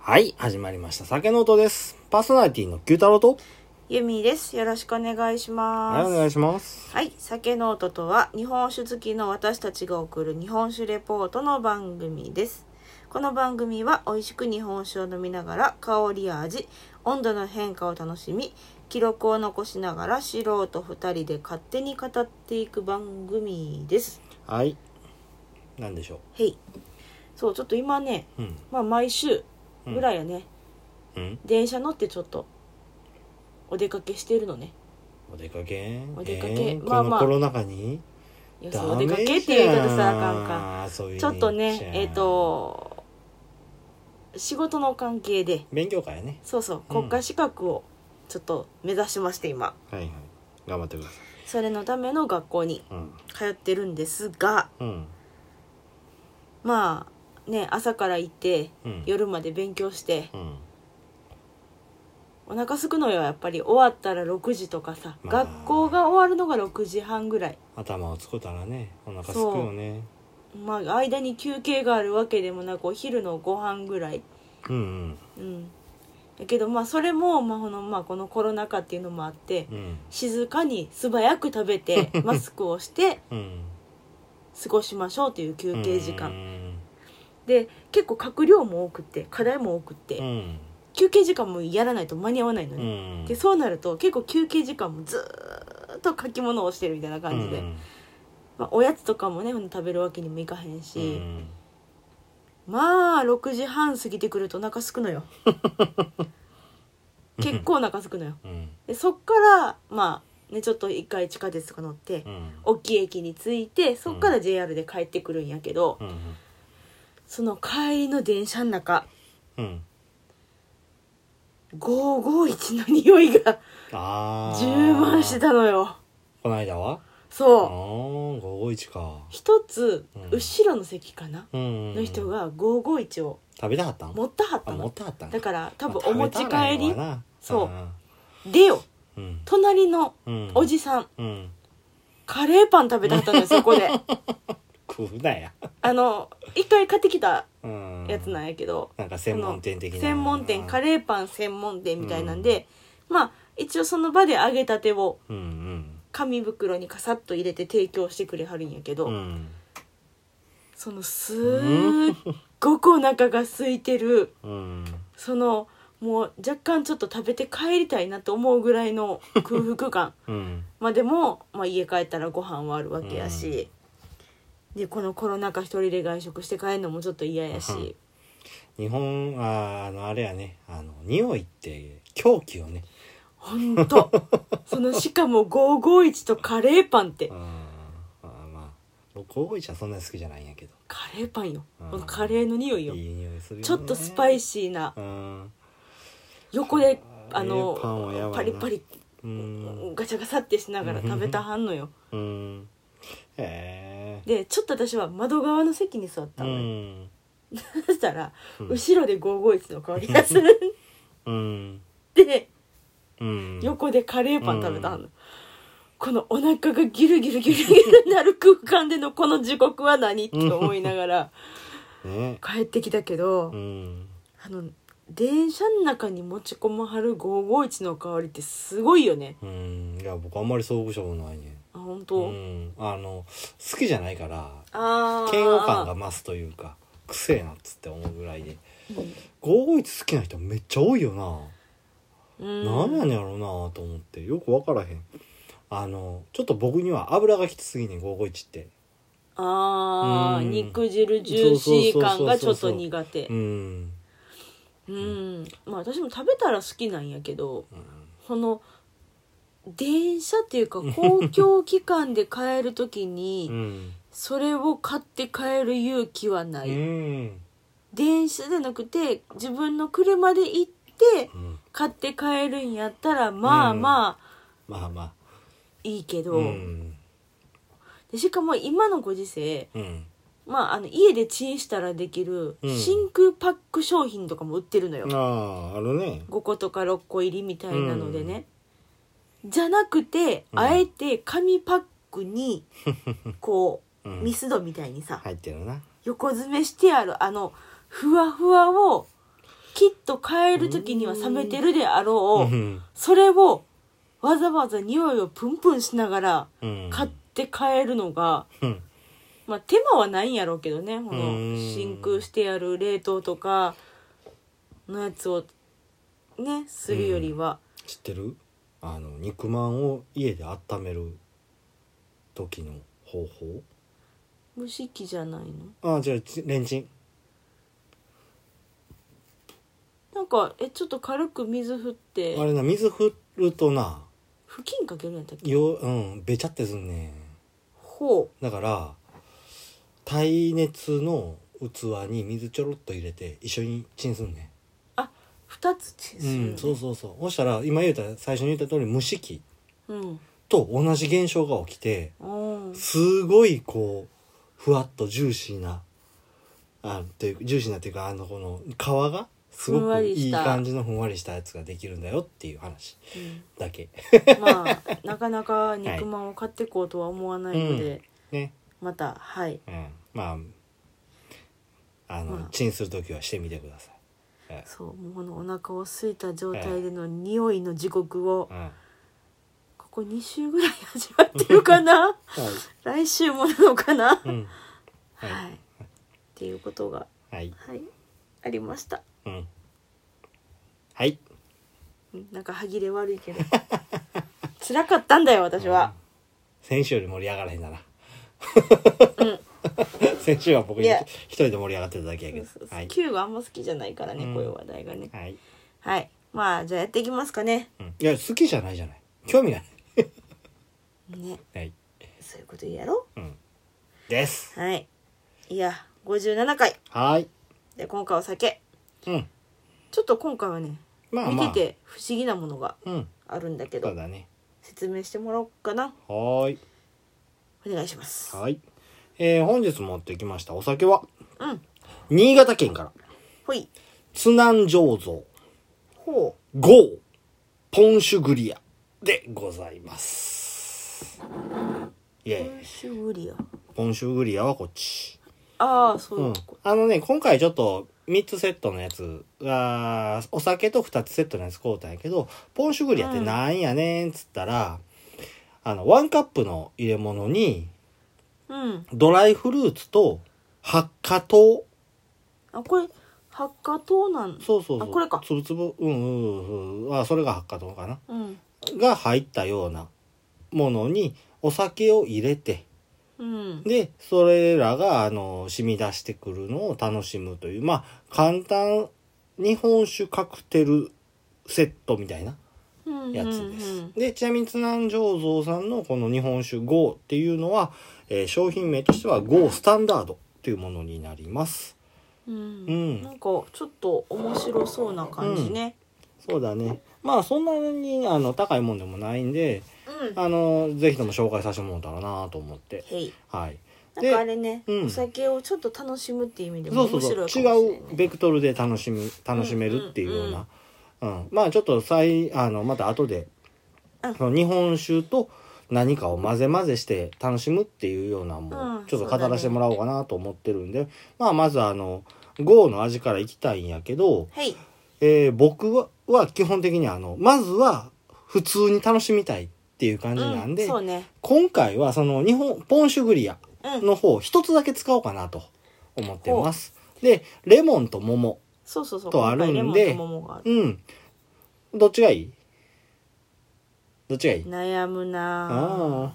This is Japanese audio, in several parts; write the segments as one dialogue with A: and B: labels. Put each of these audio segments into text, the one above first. A: はい、始まりました。酒の音です。パーソナリティの九太郎と、
B: ゆみです。よろしくお願いし
A: はい、
B: ま
A: お
B: す。
A: 願いします。
B: はい、酒ノートとは日本酒好きの私たちが送る日本酒レポートの番組です。この番組は美味しく日本酒を飲みながら香りや味、温度の変化を楽しみ、記録を残しながら素人2人で勝手に語っていく番組です。
A: はい。なんでしょ
B: へい。そう、ちょっと今ね、
A: う。うん。
B: まあ毎週ぐらいやね、
A: うん。
B: 電車乗ってちょっとお出かけしてるのね。
A: お出かけ
B: お出かけ
A: えー
B: まあまあ
A: このコロナ禍に
B: いや
A: ダ
B: そうお
A: メ
B: 出
A: じゃ
B: か
A: ん
B: けっていう言い方さあかんかん。
A: そういう
B: ちょっと
A: じゃ
B: ね
A: ん
B: えっ、と仕事の関係で
A: 勉強会ね
B: そうそう
A: うん
B: 国家資格をちょっと目指しまして今、
A: はいはい頑張ってくださ
B: それのための学校に
A: いうん
B: 通ってるんですが
A: うん
B: まあね朝から行って
A: うん
B: 夜まで勉強して
A: うん
B: お腹空くのよやっぱり終わったら6時とかさ、
A: まあ
B: 学校が終わるのが6時半ぐらい
A: 頭をつこたらねお腹すくよね
B: まあ間に休憩があるわけでもなくお昼のご飯ぐらい
A: うん
B: うんだけどまあそれも、まあこのまあ、このコロナ禍っていうのもあって、
A: うんうん
B: 静かに素早く食べ てマスクをして
A: うん
B: 過ごしましょうという休憩時間
A: 間
B: で結構閣僚も多くて課題も多くて、
A: うん
B: 休憩時間もやらないと間に合わないの
A: う
B: ね、
A: ん
B: でそうなると結構休憩時間もずーっと書き物をしてるみたいな感じで、
A: うん
B: まあ、おやつとかもねほんと食べるわけにもいかへん
A: う
B: し、
A: ん
B: まあ6時半過ぎてくるとお腹す くのよ結構お腹すくのよ
A: うん
B: でそっからまあねちょっと一回地下鉄とか乗って、
A: うん
B: 大きい駅に着いてそっから JR で帰ってくるんやけど、
A: うん
B: その帰りの電車の中
A: うん
B: 551の匂いが
A: ああ
B: 充満してたのよ
A: この間はああ
B: そう
A: 551か
B: 一つ
A: うん
B: 後ろの席かな、
A: うん
B: の人が551を
A: 食べたかったん
B: 持ったはった
A: あ持っ
B: の
A: たかったん
B: だから多分
A: まあ
B: お持ち帰
A: 食べ
B: り
A: たらいいのかな
B: そうでよ
A: うん
B: 隣の
A: うん
B: おじさん
A: うん
B: カレーパン食べたはったのよそ こで
A: 食うなや
B: あの一回買ってきた
A: うん
B: やつなんやけど、
A: なんか専門店的な
B: 専門店カ
A: レ
B: レーパン専門店みたいなんで、まあ一応その場で揚げたてを
A: ーうん
B: 紙袋にカサッと入れて提供してくれはるんやけど、
A: うんうん
B: そのすーっごくお腹が空いてる
A: うん
B: そのもう若干ちょっと食べて帰りたいなと思うぐらいの空 腹感
A: うん
B: まあでも、まあ、家帰ったらご飯はあるわけやし、でこのコロナ禍一人で外食して帰るのもちょっと嫌やし、
A: 日本あーあのあれやねあの匂いって狂気をね
B: ほんとそのしかも551とカレーパンって
A: うんあーまあ551はそんなに好きじゃないんやけど
B: カレーパンよ、
A: うん
B: このカレーの匂いよ
A: いい匂いするよね
B: ちょっとスパイ
A: シ
B: シーな
A: ーうん
B: 横で
A: カ
B: あ
A: レー
B: の
A: パンはやばいな
B: パリパリ
A: うん
B: ガチャガチャってしながら食べたはんのよ
A: うんへえ
B: でちょっと私は窓側の席に座った
A: う
B: のよ、
A: ん
B: そしたら、
A: うん
B: 後ろで551の香りがする
A: うん
B: で
A: うん
B: 横でカレーパン食べたはんの、このお腹がギルギルギルギルなる空間でのこの時刻は何って思いながら
A: ね
B: 帰ってきたけど、
A: うん
B: あの電車の中に持ち込まはる551の香りってすごいよね
A: うんいや僕あんまり遭遇したことないね
B: あ本
A: う
B: 当、
A: んあの好きじゃないから
B: ああ
A: 嫌悪感が増すというかくせえなっつって思うぐらいで
B: うん
A: 551好きな人めっちゃ多いよな、
B: うん
A: なん、何やねんやろうなと思ってよく分からへんあのちょっと僕には油がきつすぎねん551って
B: ああ、
A: うん
B: 肉汁ジューシー感がちょっと苦手
A: うん
B: うんまあ私も食べたら好きなんやけど
A: うん
B: その電車っていうか公共機関で帰る時
A: う
B: に
A: ん
B: それを買って帰る勇気はな
A: う
B: い、
A: ん
B: 電車じゃなくて自分の車で行って
A: うん
B: 買って帰るんやったらまあ
A: うん
B: まあ
A: まあま
B: いいけ
A: あ
B: ど、
A: うん
B: でしかも今のご時世
A: うん
B: まあ、あの家でチンしたらできる
A: うん
B: 真空パック商品とかも売ってるのよ、
A: あああるね
B: 5個とか6個入りみたいなのでね、じゃなくて、あえて紙パッ クにこう、
A: うん
B: ミスドみたいにさ、
A: 入ってるな
B: 横詰めしてあるあのふわふわをきっと帰る時には冷めてるであろ
A: う
B: う、
A: ん
B: それをわざわざ匂いをプンプンしながら
A: うん
B: 買って帰るのが、
A: うん
B: まあ手間はないんやろうけどね、こ
A: うん
B: の真空してやる冷凍とかのやつをね、するよりは。
A: 知ってるあの肉まんを家で温める時の方法
B: 蒸し器じゃないの
A: あじゃあちレンチン
B: なんか、え、ちょっと軽く水振っ
A: あ
B: て、
A: れな水振るとな
B: 布巾かけるんやったっけ
A: ようんべちゃってすんね
B: ほ
A: んだから耐熱の器に水ちょろっと入れて一緒にチンすんね
B: う。あ、二つチン
A: ん
B: する、ね
A: うんそうそうそうそしたら今言うた最初に言った通り蒸し器
B: うん。
A: と同じ現象が起きて
B: うん。
A: すごいこうふわっとジューシーなあっていうジューシーなっていうかあのこの皮がすご
B: ふんわ
A: く
B: りした
A: いい感じのふんわりしたやつができるんだよっていう話だけ
B: まあ、なかなか肉まんを買ってこうとは思わないので、
A: ね、
B: また、はい。
A: うん、まああの、
B: まあ
A: チンする時はしてみてください、え
B: そう、もうこのお腹を空いた状態での匂いの地獄を
A: えう、んはい
B: ここ2週ぐらい味わってる かな来週もなのかな、
A: うんはい
B: はい。っていうことが、
A: はい
B: はい、ありました。
A: うんはい
B: うんなんか歯切れ悪いけ ど。辛かったんだよ、私は。
A: 先週より盛り上がらへんだな、
B: うん
A: 先週は僕
B: いや
A: 一人で盛り上がってただけやけど
B: そうそう
A: はい
B: Q があんま好きじゃないからね、
A: うん
B: こういう話題がね。
A: はい
B: はい。まあ、じゃあやっていきますかね。
A: うんいや好きじゃないじゃない興味ない
B: ね。
A: はい
B: そういうこと言うやろ
A: うんです
B: はい。いや、57回。
A: はい
B: で、今回お酒。
A: うん
B: ちょっと今回はね、
A: まあ
B: 見
A: まあ
B: てて不思議なものが
A: うん
B: あるんだけど、
A: そうだね
B: 説明してもらおうかな。
A: はーい
B: お願いします。
A: はいえー、本日持ってきましたお酒は
B: うん。
A: 新潟県から
B: ほい。
A: 津南醸造
B: ほ
A: ゴーポンシュグリアでございますイ
B: う。
A: エ
B: ブ
A: ー
B: ー
A: イ
B: シュウリア。
A: ポンシュグリアはこっち
B: ああ、そう
A: う
B: い
A: ん
B: うとこ。
A: あのね今回ちょっと3つセットのやつがお酒と2つセットのやつ買うたんやけどポンシュグリアってなんやねんっつったら、あのワンカップの入れ物に
B: うん。
A: ドライフルーツと発火糖
B: あ、これ、発火糖なん。
A: そうそうそう
B: あこれか
A: つぶつぶうんうんうんあそれが発火糖かな
B: うん。
A: が入ったようなものにお酒を入れて
B: うん。
A: でそれらがあの染み出してくるのを楽しむというまあ簡単日本酒カクテルセットみたいな
B: うん。
A: やつです。
B: うん
A: でちなみに津南醸造さんのこの日本酒 GO っていうのは、えー商品名としては GO スタンダードというものになります。
B: うん。
A: う
B: うん
A: ん
B: なんか、ちょっと面白そうな感じね。
A: そうだねまあそんなにあの高いもんでもないんで
B: うん。
A: あのぜひとも紹介させてもらったらなと思って
B: へい。
A: はい。
B: なん
A: で
B: かあれね、
A: うん
B: お酒をちょっと楽しむっていう意味でも
A: そうそ
B: 面
A: う
B: 白いか
A: そう
B: もしれない、ね、
A: 違うベクトルで楽しみ楽しめるっていうような、うんまあちょっと再あのまた後で、
B: うん
A: その日本酒と何かを混ぜ混ぜして楽しむっていうようなも
B: う
A: うんちょっと
B: そうだ
A: 語
B: ね
A: らせてもらおうかなと思ってるんで、まあまずあの GO の味からいきたいんやけど、
B: はい
A: えー僕はは基本的にあのまずは普通に楽しみたいっていう感じなんで、
B: うん、そうね
A: 今回はその日本ポンシュグリア
B: うん
A: の方一つだけ使おうかなと思ってます。で、レモンと桃。
B: そうそうそう
A: とあるんで
B: 今回レモンと桃がある
A: うん。どっちがいいどっちがいい
B: 悩むなぁ
A: あ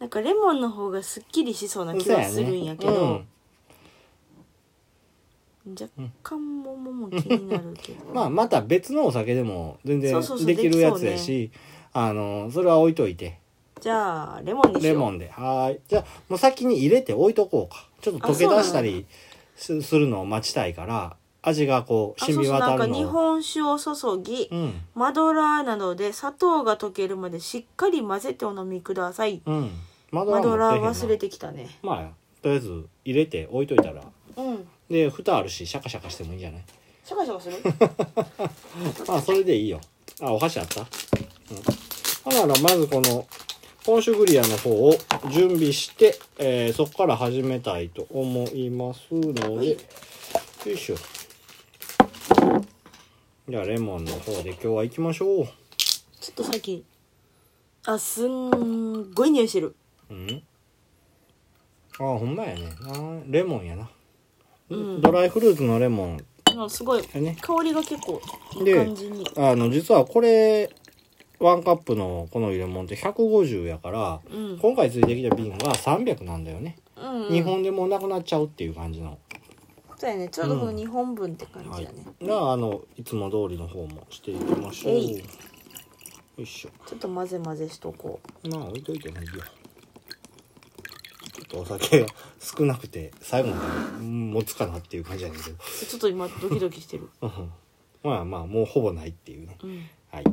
B: なんかレモンの方がすっきりしそう
A: あ
B: な
A: ー。
B: 気
A: そう
B: が
A: や
B: するんやけど、若干桃も気になるけど、
A: うんまあ、また別のお酒でも全然
B: そうそうそう
A: できるやつ
B: で
A: や
B: きそう
A: し、あの、それは置いといて。
B: じゃあレモンにしよう
A: レモ
B: ン
A: ンで。はーい。じゃあ、もう先に入れて置いとこうか。ちょっと溶け出したりすするのを待ちたいから、味がこう、
B: あそう
A: 染
B: そう
A: み
B: な
A: 渡
B: んか
A: るの
B: 日
A: を。
B: 本酒を注ぎ、
A: うん。
B: マドラーなどで砂糖が溶けるまでしっかり混ぜてお飲みください
A: うん。マ
B: マドラー
A: 持ってへんな
B: 忘れてきたね
A: まあ、とりあえず入れて置いといたら。
B: うん
A: で、蓋あるし、シャカシャカしてもいいんじゃない
B: シャカシャカする
A: まあ、それでいいよ。あ、お箸あったうん。ほんなら、まずこの、ポンシュグリアの方を準備して、えーそこから始めたいと思いますの
B: はい
A: で、よいしょ。じゃあレモンの方で今日は行きましょう。
B: ちょっと最近あすんごい匂いしてる
A: うんあほんまやねあレモンやな、ドライフルーツのレモン
B: うんすごい
A: やね
B: 香りが結構いい
A: で
B: 感じに
A: あの実はこれワンカップのこの入れ物って150やから、
B: うん
A: 今回ついてきた瓶は300なんだよね、
B: うん、うん、
A: 日本でもうなくなっちゃうっていう感じの
B: そうやねちょうどこの2本分って感
A: は
B: じ
A: い
B: やね、
A: じゃああのいつも通りの方もしていきましょう
B: えい
A: よいしょ
B: ちょっと混ぜ混ぜしとこう
A: まあ置いといてもいいよちょっとお酒が少なくて最後まで持つかなっていう感じやねんけど
B: ちょっと今ドキドキしてる
A: うん まあまあ、もうほぼないっていうね。
B: うん
A: はい。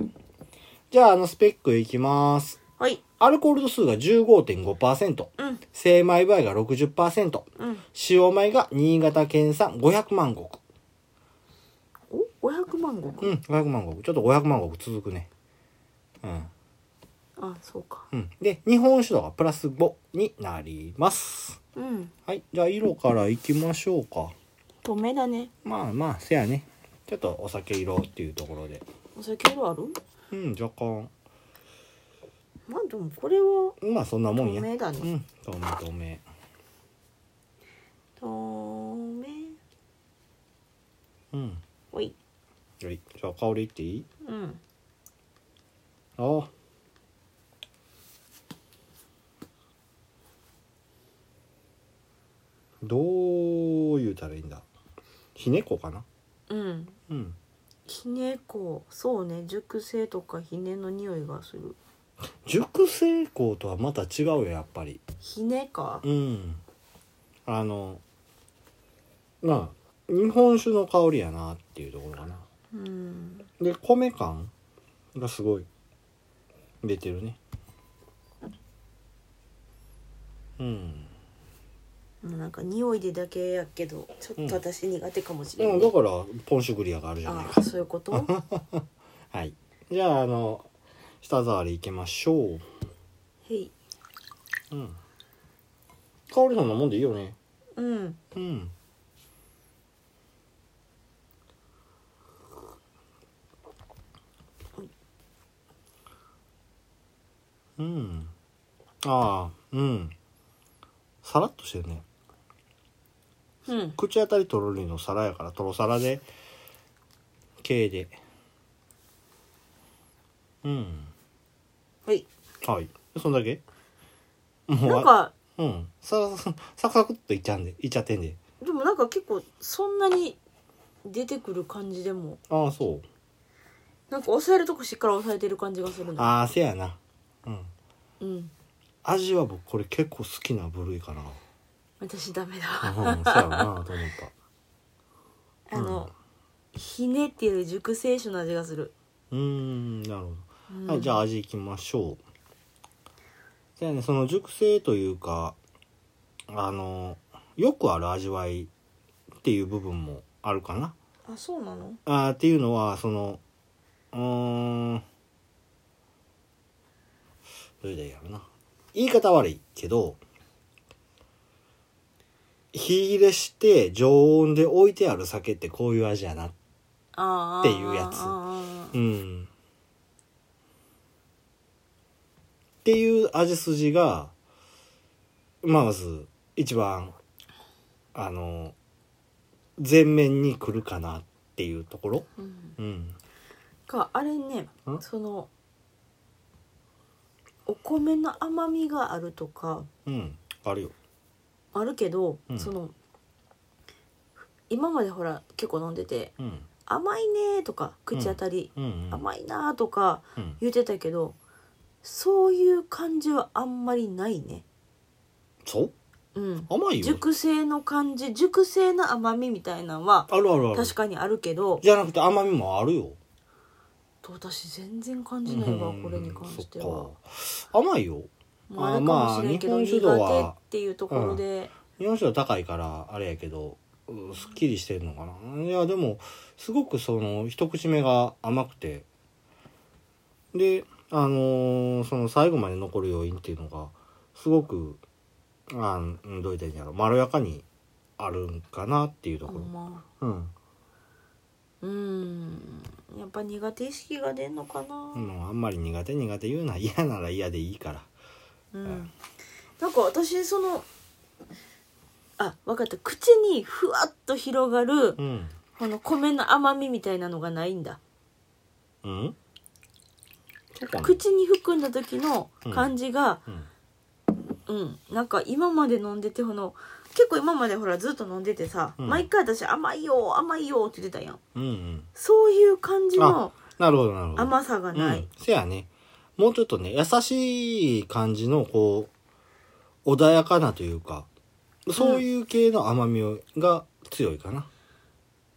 A: じゃあ、あの、スペックいきます。
B: はい
A: アルコール度数が15.5%、
B: うん
A: 精米倍が60%、
B: うん
A: 使用米が新潟県産500万石。
B: お500万石、
A: うん、500万石。ちょっと500万石続くね。うん。
B: あそうか
A: うん。で、日本酒度がプラス5になります。
B: うん
A: はい。じゃあ、色からいきましょうか。
B: 透明だね
A: まあまあ、せやね。ちょっとお酒色っていうところで。
B: お酒色ある
A: うん、若干。
B: まあでもこれは
A: まあ、そんなもん
B: 透
A: や。
B: 明だ
A: う
B: ね、
A: ん、透明透明。
B: 透明
A: うん。
B: おい
A: はい、じゃあ香りいっていい
B: うん
A: あどう言うたらいいんだひねこかな
B: うん
A: うん。
B: ひねこそうね熟成とかひねの匂いがする
A: 熟成香とはまた違うよ、やっぱり。
B: ひねか
A: うん。あの、まあ、日本酒の香りやなっていうところかな。
B: うん
A: で、米感がすごい出てるね。うん。
B: もうなんか匂いでだけやけどちょっと私苦手かもし
A: で
B: れない、
A: もだからポンシュグリアがあるじゃない
B: あ
A: か
B: あそういうことへ
A: はいじゃああの舌触りいきましょ、
B: いう
A: うん、香りそんなもんでいいよね
B: うん
A: うんうんああうんさらっとしてるね
B: うん
A: 口当たりとろりの皿やからとろ皿で軽でうん
B: はい
A: はいそんだけもう
B: なんか
A: うんさ さサクサクっといっちゃうんでいっちゃってんで
B: でもなんか結構そんなに出てくる感じでも
A: ああそう
B: なんか抑えるとこしっかり抑えてる感じがするな
A: ああせやなうん
B: うん
A: 味は僕これ結構好きな部類かな
B: 私ダメ
A: う
B: だ
A: んそうやな と思っ
B: あの、ひねっていう熟成酒の味がする、
A: たうーんなるほど
B: うん
A: はい、じゃあ味いきましょう。じゃあね、その熟成というか、あの、よくある味わいっていう部分もあるかな。
B: あそうなの
A: あーっていうのは、その、うーん、どれだやろな。言い方悪いけど、火入れして常温で置いてある酒ってこういう味やな。
B: ああ
A: っていうやつ
B: ああ
A: うん。っていう味筋が、まあまず、一番、あの、前面に来るかなっていうところ。
B: うん
A: うん。
B: かあれね
A: ん
B: そのお米の甘みがあるとか
A: うん。あるよ。
B: あるけど、
A: うん
B: その今までほら結構飲んでて
A: うん。
B: 「甘いね」とか「口当たり、
A: うん、うん。
B: 甘いな」とか
A: うん。
B: 言ってたけどそういう感じはあんまりないね。
A: そう
B: うん、
A: 甘いよ。
B: 熟成の感じ熟成の甘みみたいなのは
A: あるあるある。
B: 確かにあるけど
A: じゃなくて甘みもあるよ。
B: 私全然感じないわ
A: うん
B: これに関しては。
A: そっか甘いよ。
B: まあ、あるかもしれんけど
A: まあ日本酒
B: 苦
A: 度
B: 手っ
A: は
B: ていうところで、
A: 日本酒は高いからあれやけどうんすっきりしてるのかないやでもすごくその一口目が甘くてであのーその最後まで残る要因っていうのがすごくあんうんどう言ったらいいんやろまろやかにあるんかなっていうと
B: あ
A: こ
B: んま
A: ろ、うん
B: うーんやっぱ苦手意識が出んのかな
A: う、ん、あんまり苦手苦手言うな嫌なら嫌でいいから
B: うん、なんか私そのあ分かった口にふわっと広がる
A: うん
B: この米の甘みみたいなのがないんだ
A: うんそうかな
B: 口に含んだ時の感じが
A: うん
B: うん、なんか今まで飲んでてこの結構今までほらずっと飲んでてさ、
A: うん
B: 毎回私甘いよ甘いよって言ってたやん
A: うんうん
B: そういう感じの
A: なるほどなるほど
B: 甘さがな
A: う
B: い
A: ん、せやねもうちょっとね優しい感じのこう穏やかなというかそういう系の甘みをが強いかな、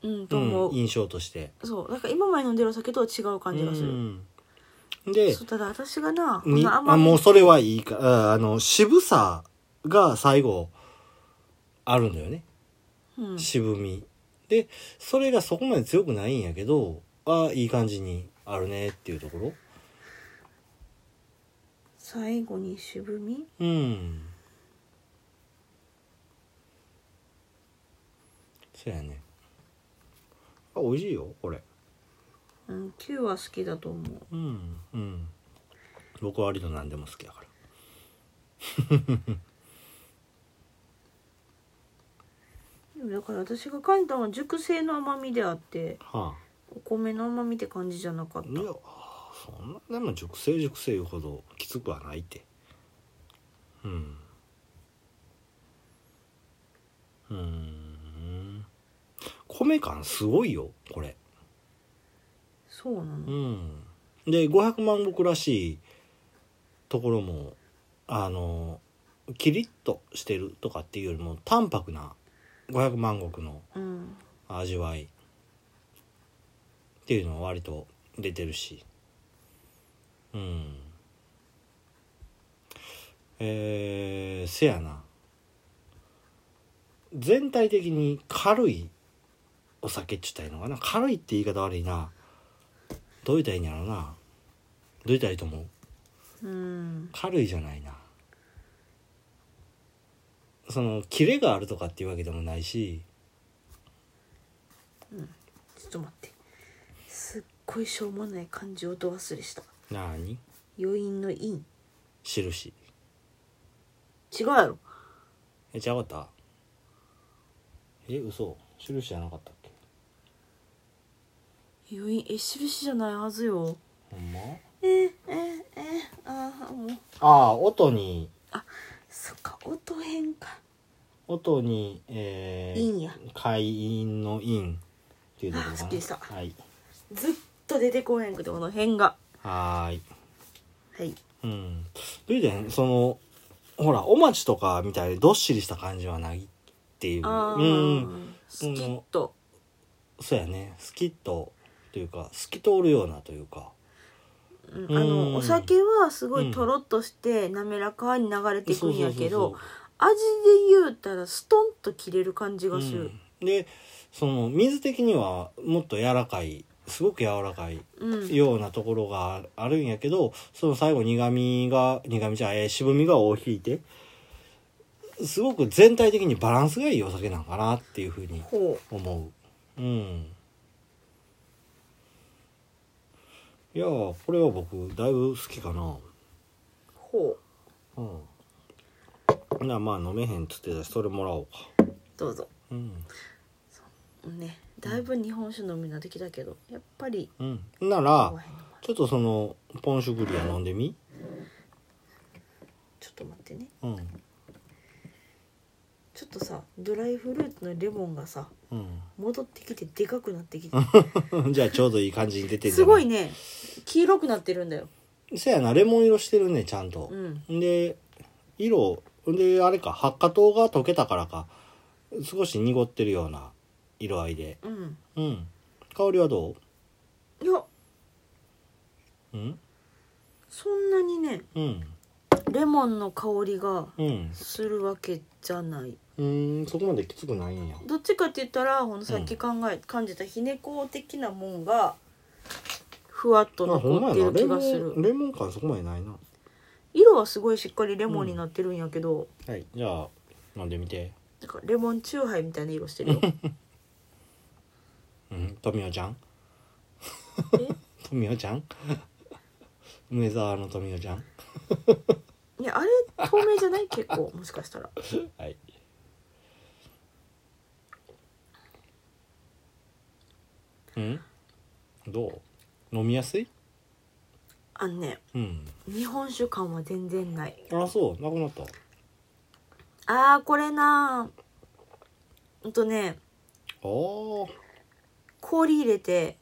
B: うん、と
A: う
B: 思
A: ん
B: う、
A: 印象として
B: そうなんか今まで飲んでるお酒とは違う感じがする、
A: うんで
B: そうただ私がなこ
A: に
B: の
A: あ
B: 甘み
A: もうそれはいいかああの渋さが最後あるんだよね
B: うん
A: 渋みでそれがそこまで強くないんやけどあいい感じにあるねっていうところ
B: 最後に渋み
A: うん。そうやね。あ、美味しいよ、これ。
B: うん、9は好きだと思
A: う
B: う。
A: ん、うん。僕は割と何でも好きだから。
B: でもだから私が感じたのは熟成の甘みであって、
A: はあ。
B: お米の甘みって感じじゃなかっ
A: いや、そんな、でも熟成熟成言うほどきつくはないって。うん。うーん。米感すごいよ、これ。
B: た。そうな
A: う
B: の。
A: ん、で500万石らしいところもあのキリッとしてるとかっていうよりも淡白な500万石の
B: うん。
A: 味わいっていうのは割と出てるしうんえー、せやな全体的に軽いお酒っちゅったらいいのかな軽いって言い方悪いなどう言ったらいいんやろなどう言ったらいいと思う
B: うん。
A: 軽いじゃないなそのキレがあるとかっていうわけでもないし
B: ちょっと待って。すっごいしょうもない感じをど忘れした。
A: なに
B: 余韻の韻。
A: 印
B: 違うやろ。
A: え、じゃあかったえ、嘘印じゃなかったっけ
B: 余韻、え、印じゃないはずよ。
A: ほんま
B: えー、えー、えー、ああ、もう。
A: ああ、音に、
B: そっか、音変か。
A: 音に、えー、
B: 韻や
A: 会員の員っていうところか
B: あすっ
A: な。
B: きりした
A: はい。
B: ずっと出てこへんくて、この変が。
A: はーい。
B: はい。
A: うん。という点、その、ほら、お待ちとかみたいでどっしりした感じはないっていう。
B: ああ、
A: うん。
B: スキッと。
A: そうやね。スキッと、というか、透き通るようなというか。
B: うんあ
A: うん
B: のお酒はすごいとろっとして滑らかに流れていくんやけ
A: そうそうそう
B: ど
A: そう
B: 味で言うたらストンと切れる感じがする、
A: うん、でその水的にはもっと柔らかいすごく柔らかい
B: うん
A: ようなところがあるんやけど、その最後苦みが苦みじゃないえー渋みが尾を引いてすごく全体的にバランスがいいお酒なんかなっていうふうに
B: ほ
A: 思ううんいやーこれは僕だいぶ好きかな
B: うほう
A: うんなまあ飲めへんっつってたしそれもらおうか
B: どうぞ
A: うん
B: ねだいぶ日本酒飲みなってきたけどやっぱり
A: うんなら
B: 合わへんの
A: ちょっとそのポンシュグリア飲んでみ
B: ちょっと待ってね
A: うん
B: ちょっとさドライフルーツのレモンがさ戻ってきてでかくなってき
A: うん じゃあちょうどいい感じに出て
B: て
A: る
B: すごいね黄色くなってるんだよ
A: せやなレモン色してるねちゃんと
B: う、ん
A: で色であれか発火糖が溶けたからか少し濁ってるような色合いで
B: うん
A: うん香りはど
B: いや
A: ううん
B: そんなにね
A: うん
B: レモンの香りが
A: うん
B: するわけじゃないう
A: ーんそこまできつくないんや
B: どっちかって言ったらほんとさっき考え、感じたひねこ的なもんがふわっと
A: あほんま
B: 残って
A: やなレ
B: る気
A: モ
B: がす
A: ン
B: る
A: レモン感そこまでないな
B: 色はすごいしっかりレモンになってるんやけど、
A: はいじゃあ飲んでみて
B: なんかレモン チューハイみたいな色してるよ
A: うん富美男ちゃん富代ちゃん 梅沢の富代ちゃん
B: いやあれ透明じゃない結構もしかしたら
A: はいうんどう飲みやすい
B: あのね
A: うん
B: 日本酒感は全然ない
A: あそうなくなったあ
B: あーこれなーほんとね
A: ー
B: 氷入れて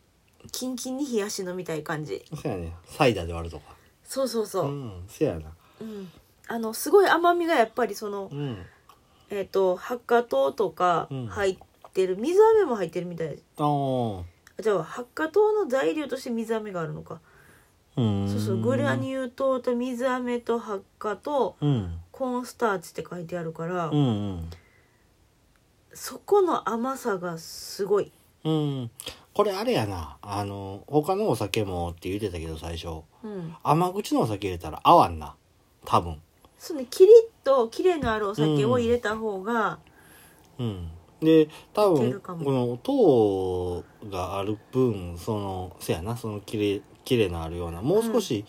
B: キンキンに冷やし飲みたい感じ
A: そやねサイダーで割るとか
B: そうそうそうう、
A: んせやな
B: うん、あのすごい甘みがやっぱりその
A: うん
B: えっ、と白花糖とか
A: うん
B: 入ってる、水飴も入ってるみたい
A: ああ
B: あじゃあ白花糖の材料として水飴があるのか
A: うん
B: そうそうグラニュー糖と水飴と発火と
A: うん
B: コーンスターチって書いてあるから、
A: うん
B: そこの甘さがすごい、
A: うんうんこれあれやなあの他のお酒もって言ってたけど最初
B: うん、
A: 甘口のお酒入れたら合わんな多分
B: そうねキリッとキレのあるお酒を入れた方が、
A: うんで多
B: いけ
A: 分
B: るかも
A: この糖がある分そのせやなそのキレキレのあるようなもう少し、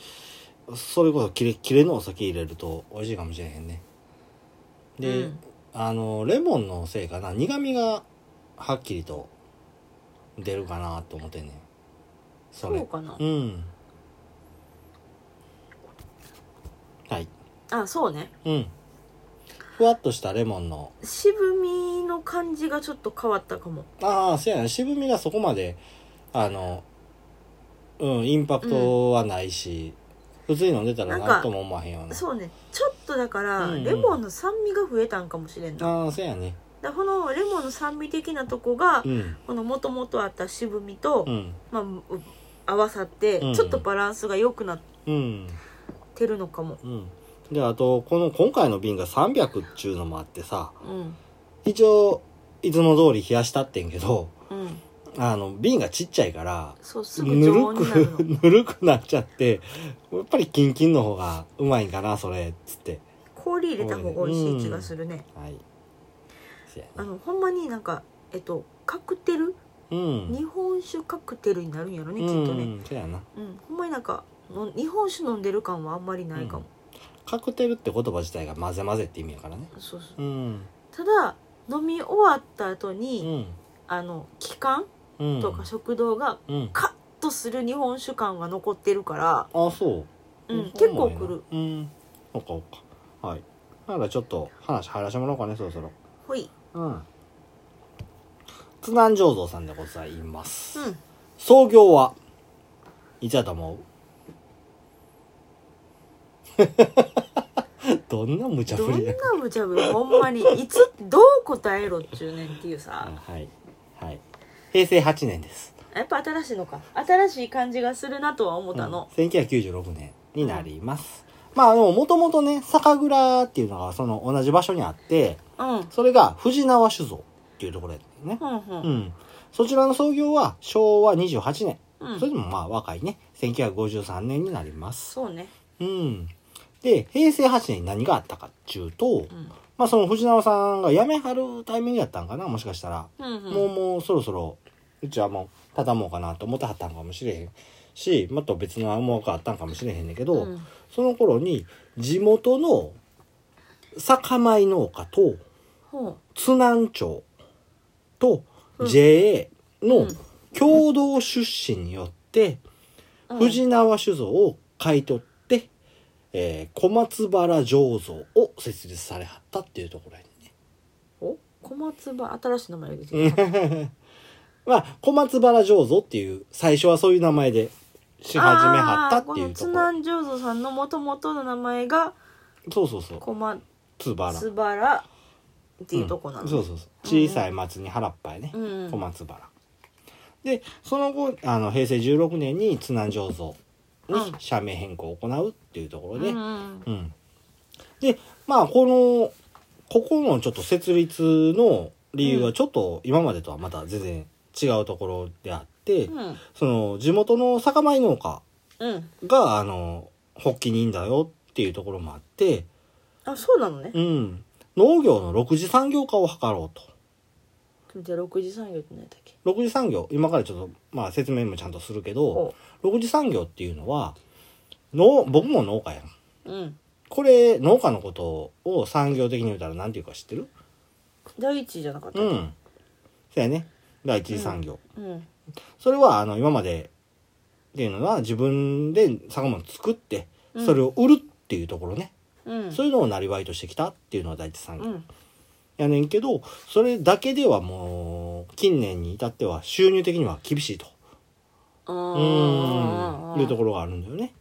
A: それこそキレキレのお酒入れると美味しいかもしれへんねで、
B: うん
A: あのレモンのせいかな苦味がはっきりと出るかなと思ってんねんそ
B: そう
A: れ
B: かな、
A: うんはい
B: あそうね
A: うんふわっとしたレモンの
B: 渋みの感じがちょっと変わったかも
A: ああ、そうやな。渋みがそこまで、あの、うん、インパクトはないし、普通に飲んでたら
B: なん
A: な
B: か
A: んとも思わへんような。
B: そうねちょっとだから、
A: うんうん
B: レモンの酸味が増えたんかもしれんな
A: ああ、そうやね。
B: だこのレモンの酸味的なとこが、
A: うん。
B: このもともとあった渋みと、
A: うん。
B: まあう、合わさって
A: うん
B: ちょっとバランスが良くなっ
A: うん。
B: てるのかも、
A: うん。で、あと、この、今回の瓶が300っちゅうのもあってさ、
B: うん
A: 一応、いつも通り冷やしたってんけど、
B: うん、
A: あの、瓶がちっちゃいから、
B: そうすぐ
A: ぬ
B: 常
A: る
B: 温になる
A: く、
B: の
A: ぬるくなっちゃって、やっぱりキンキンの方がうまいんかな、それ、つって。
B: 氷入れた方が美味しい気がするね、
A: はい。そうや
B: あ
A: ね。
B: のほんまになんかえっとカクテル
A: うん。
B: 日本酒カクテルになるんやろね、きっとね、
A: うん、そうやな
B: うん、ほんまになんかの日本酒飲んでる感はあんまりないかも、
A: カクテルって言葉自体が混ぜ混ぜって意味やからね
B: そうそ
A: う
B: う
A: ん
B: ただ飲み終わった後
A: う
B: に、
A: ん
B: あの気管
A: うん
B: とか食道が
A: うん
B: カッとする日本酒感が残ってるから、
A: あそうう、
B: ん、結構くる
A: うんそうかそうかはいならちょっと話入らしてもらおうかねそろそろ
B: ほい
A: うん津南醸造さんでございます、
B: うん
A: 創業はいつやと思う どんな無茶
B: ど
A: ぶ
B: ん
A: りや
B: な無茶ぶりほんまにいつどう答えろっちゅうねんっていうさ
A: あはいはい平成8年です
B: やっぱ新しいのか新しい感じがするなとは思ったの、
A: うん1996年になります、まあでももともとね酒蔵っていうのがその同じ場所にあって
B: うん、うん
A: それが藤縄酒造っていうところやったよね
B: うん
A: うん、そちらの創業は昭和28年、
B: うん
A: それでもまあ若いね1953年になります
B: そうね
A: うんで平成8年に何があったかっていうと、
B: うん
A: まあその藤縄さんが辞めはるタイミングやったんかなもしかしたら
B: うんうん
A: もうもうそろそろうちはもう畳もうかなと思ってはったんかもしれへんしまた別の思惑あったんかもしれへんねんけど、
B: うん
A: その頃に地元の酒米農家と
B: ほう
A: 津南町と
B: うん
A: JA
B: う
A: の
B: ん
A: 共同出資によって
B: うん
A: 藤縄酒造を買い取って、えー小松原醸造を設立されはったっていうところやね
B: お小松葉新しい名前が出てきた
A: まあ、小松原醸造っていう、最初はそういう名前でし始めはったってい
B: あーこの
A: うと
B: 津
A: ころ。
B: 南醸造さんのもともとの名前が
A: そうそうそう。
B: 小松
A: つばら。っ
B: 原っていうとこなの、
A: そうそうそう。小さい松に原っぱやね。
B: うん
A: 小松原。で、その後、あの、平成16年に津南醸造
B: うん
A: に社名変更を行うっていうところで、
B: うんうん
A: うん。で、まあ、この、ここのちょっと設立の理由はちょっと今までとはまた全然違うところであって、
B: うん
A: その地元の酒米農家
B: うん
A: が、あの、発起人だよっていうところもあって、
B: あそうなのね
A: うん。農業の6次産業化を図ろうと。
B: じゃあ6次産業って何だっけ
A: 六次産業今からちょっと、まあ、説明もちゃんとするけど
B: お
A: 六次産業っていうのはの僕も農家やん
B: うん
A: これ農家のことを産業的に言うたら何ていうか知ってる
B: 第一じゃなかった
A: う
B: っ
A: んそうやね第一次産業、
B: けうん
A: それはあの今までっていうのは自分で作物作ってそれを売るっていうところね、
B: うん
A: そういうのを生りとしてきたっていうのは第一産業、
B: うん
A: やねんけどそれだけではもう近年に至っては収入的には厳しいと
B: う
A: うん
B: ん
A: いうところがあるんだよね。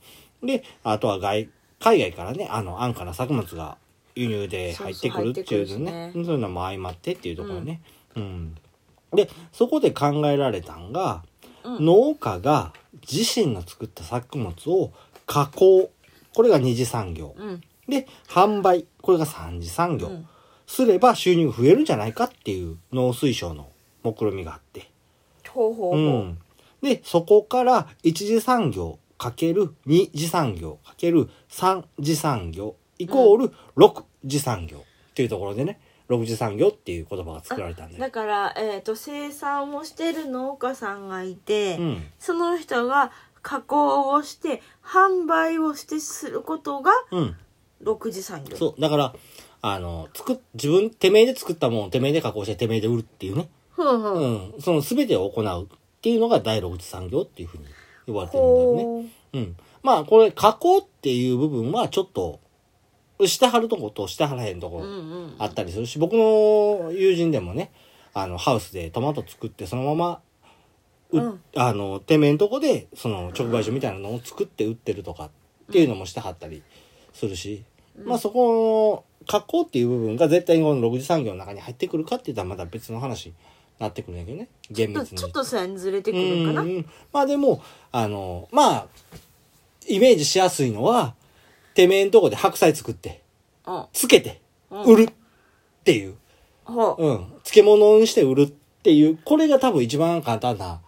A: であとは外海外からねあの安価な作物が輸入で入ってくるっていうのね
B: そうそう入ってくるしね
A: そういうのも相まってっていうところね。うんでそこで考えられたんが、
B: うん
A: 農家が自身の作った作物を加工これが二次産業
B: うん
A: で販売これが三次産業、
B: うん
A: すれば収入が増えるんじゃないかっていう農水省の目論見みがあって。
B: ほう
A: う、
B: ほうほうん
A: でそこから一次産業かける二次産業かける三次産業イコール六次産業っていうところでね六次産業っていう言葉が作られたんだよ。
B: だから、えー、と生産をしてる農家さんがいて、
A: うん
B: その人が加工をして販売をしてすることが
A: うん、
B: 6次産業
A: そうだからあの作っ自分てめえで作ったもんをてめえで加工しててめえで売るっていうね、
B: ふんふん
A: うん、その全てを行うっていうのが第六次産業っていうふうに言われてるんだよね。
B: ほう
A: うん。まあ、これ、加工っていう部分は、ちょっと、してはるとことしてはらへんとこ
B: うんうん
A: あったりするし、僕の友人でもね、あの、ハウスでトマト作って、そのまま、う
B: うん
A: あの、てめえんとこで、その、直売所みたいなのを作って売ってるとかっていうのもしてはったりするし、まあ、そこの、加工っていう部分が絶対にこの6次産業の中に入ってくるかって言ったらまた別の話になってくるんだけどね、厳密に。
B: ちょっとさずれてくるかな
A: うんうんまあでもあのまあイメージしやすいのはてめえんとこで白菜作って
B: うん
A: つけて
B: うん
A: 売るっていう、
B: ほう
A: うん漬物にして売るっていうこれが多分一番簡単な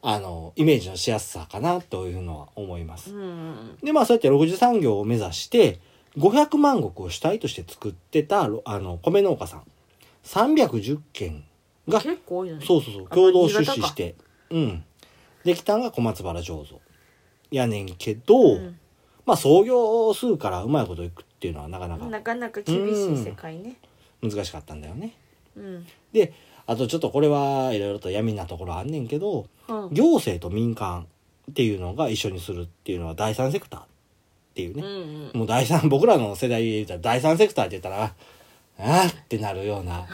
A: あのイメージのしやすさかなというのは思います。
B: うんうん
A: でまあそうやって6次産業を目指して500万石を主体として作ってたろあの米農家さん310軒が
B: 結構多いのね
A: そうそうそう
B: あ
A: 共同出資
B: 新潟か
A: してうんできたんが小松原醸造やねんけど、
B: うん
A: まあ創業数からうまいこといくっていうのはなかなか
B: なかなか厳しい世界ね
A: 難しかったんだよね
B: うん
A: であとちょっとこれはいろいろと闇なところあんねんけど
B: うんうん
A: 行政と民間っていうのが一緒にするっていうのは第三セクターっていう
B: う
A: ね、
B: ん
A: もう第三僕らの世代で言ったら第三セクターって言ったらああーってなるような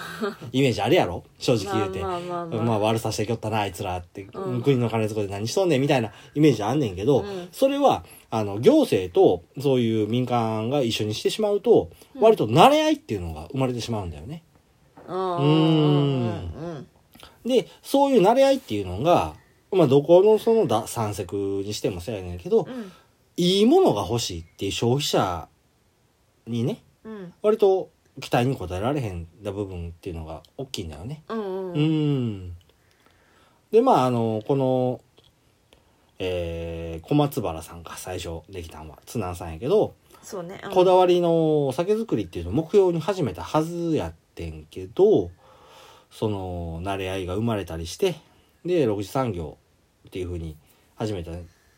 A: イメージあるやろ正直言うて、
B: まあまあまあまあ
A: まあ悪さしてきよったなあいつらって、
B: うん
A: 国の金づこで何しとんねんみたいなイメージあんねんけど、
B: うん
A: それはあの行政とそういう民間が一緒にしてしまうと、割と慣れ合いっていうのが生まれてしまうんだよね。
B: うん
A: うん
B: うん
A: でそういう慣れ合いっていうのが、まあ、どこのそのだ三石にしてもそうやねんけど、
B: うん
A: いいものが欲しいっていう消費者にね
B: うん
A: 割と期待に応えられへんだ部分っていうのが大きいんだよね。
B: うん
A: う
B: うん
A: ん。で、まあ、あの、この、えー小松原さんが最初できたんは、津南さんやけど、
B: そうねうん
A: こだわりのお酒造りっていうのを目標に始めたはずやってんけど、その、慣れ合いが生まれたりして、で、6次産業っていうふうに始めた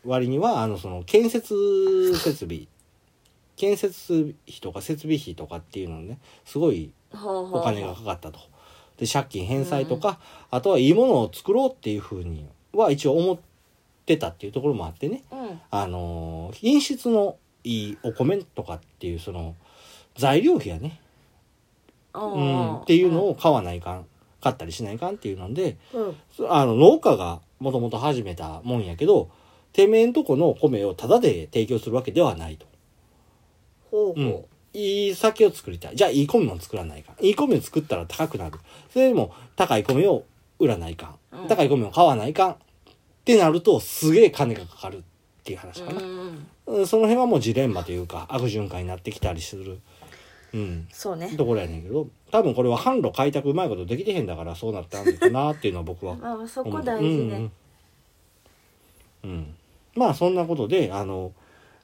A: 割には、あの、その、建設設備、建設費とか設備費とかっていうのをね、すごい
B: ほうほう
A: お金がかかったと。で借金返済とか、あとはいいものを作ろうっていうふうには一応思ってたっていうところもあってね、
B: うん
A: あのー品質のいいお米とかっていうその材料費やね、
B: うん
A: う
B: うん
A: ん、っていうのを買わないかん買ったりしないかんっていうので
B: うん
A: そあの農家がもともと始めたもんやけどてめえんとこの米をタダで提供するわけではないと。
B: ほう
A: う
B: ほ
A: ん、いい酒を作りたいじゃあいい米も作らないかんいい米を作ったら高くなるそれでも高い米を売らないかん、
B: うん
A: 高い米を買わないかんってなるとすげえ金がかかるっていう話
B: う
A: か
B: うん
A: な、
B: うん
A: うん、その辺はもうジレンマというか悪循環になってきたりする、うん、
B: そうね
A: ところやねんけど多分これは販路開拓うまいことできてへんだからそうなったんかなっていうのは僕は
B: まあまあそこ大事ね
A: うんうんうんまあそんなことであの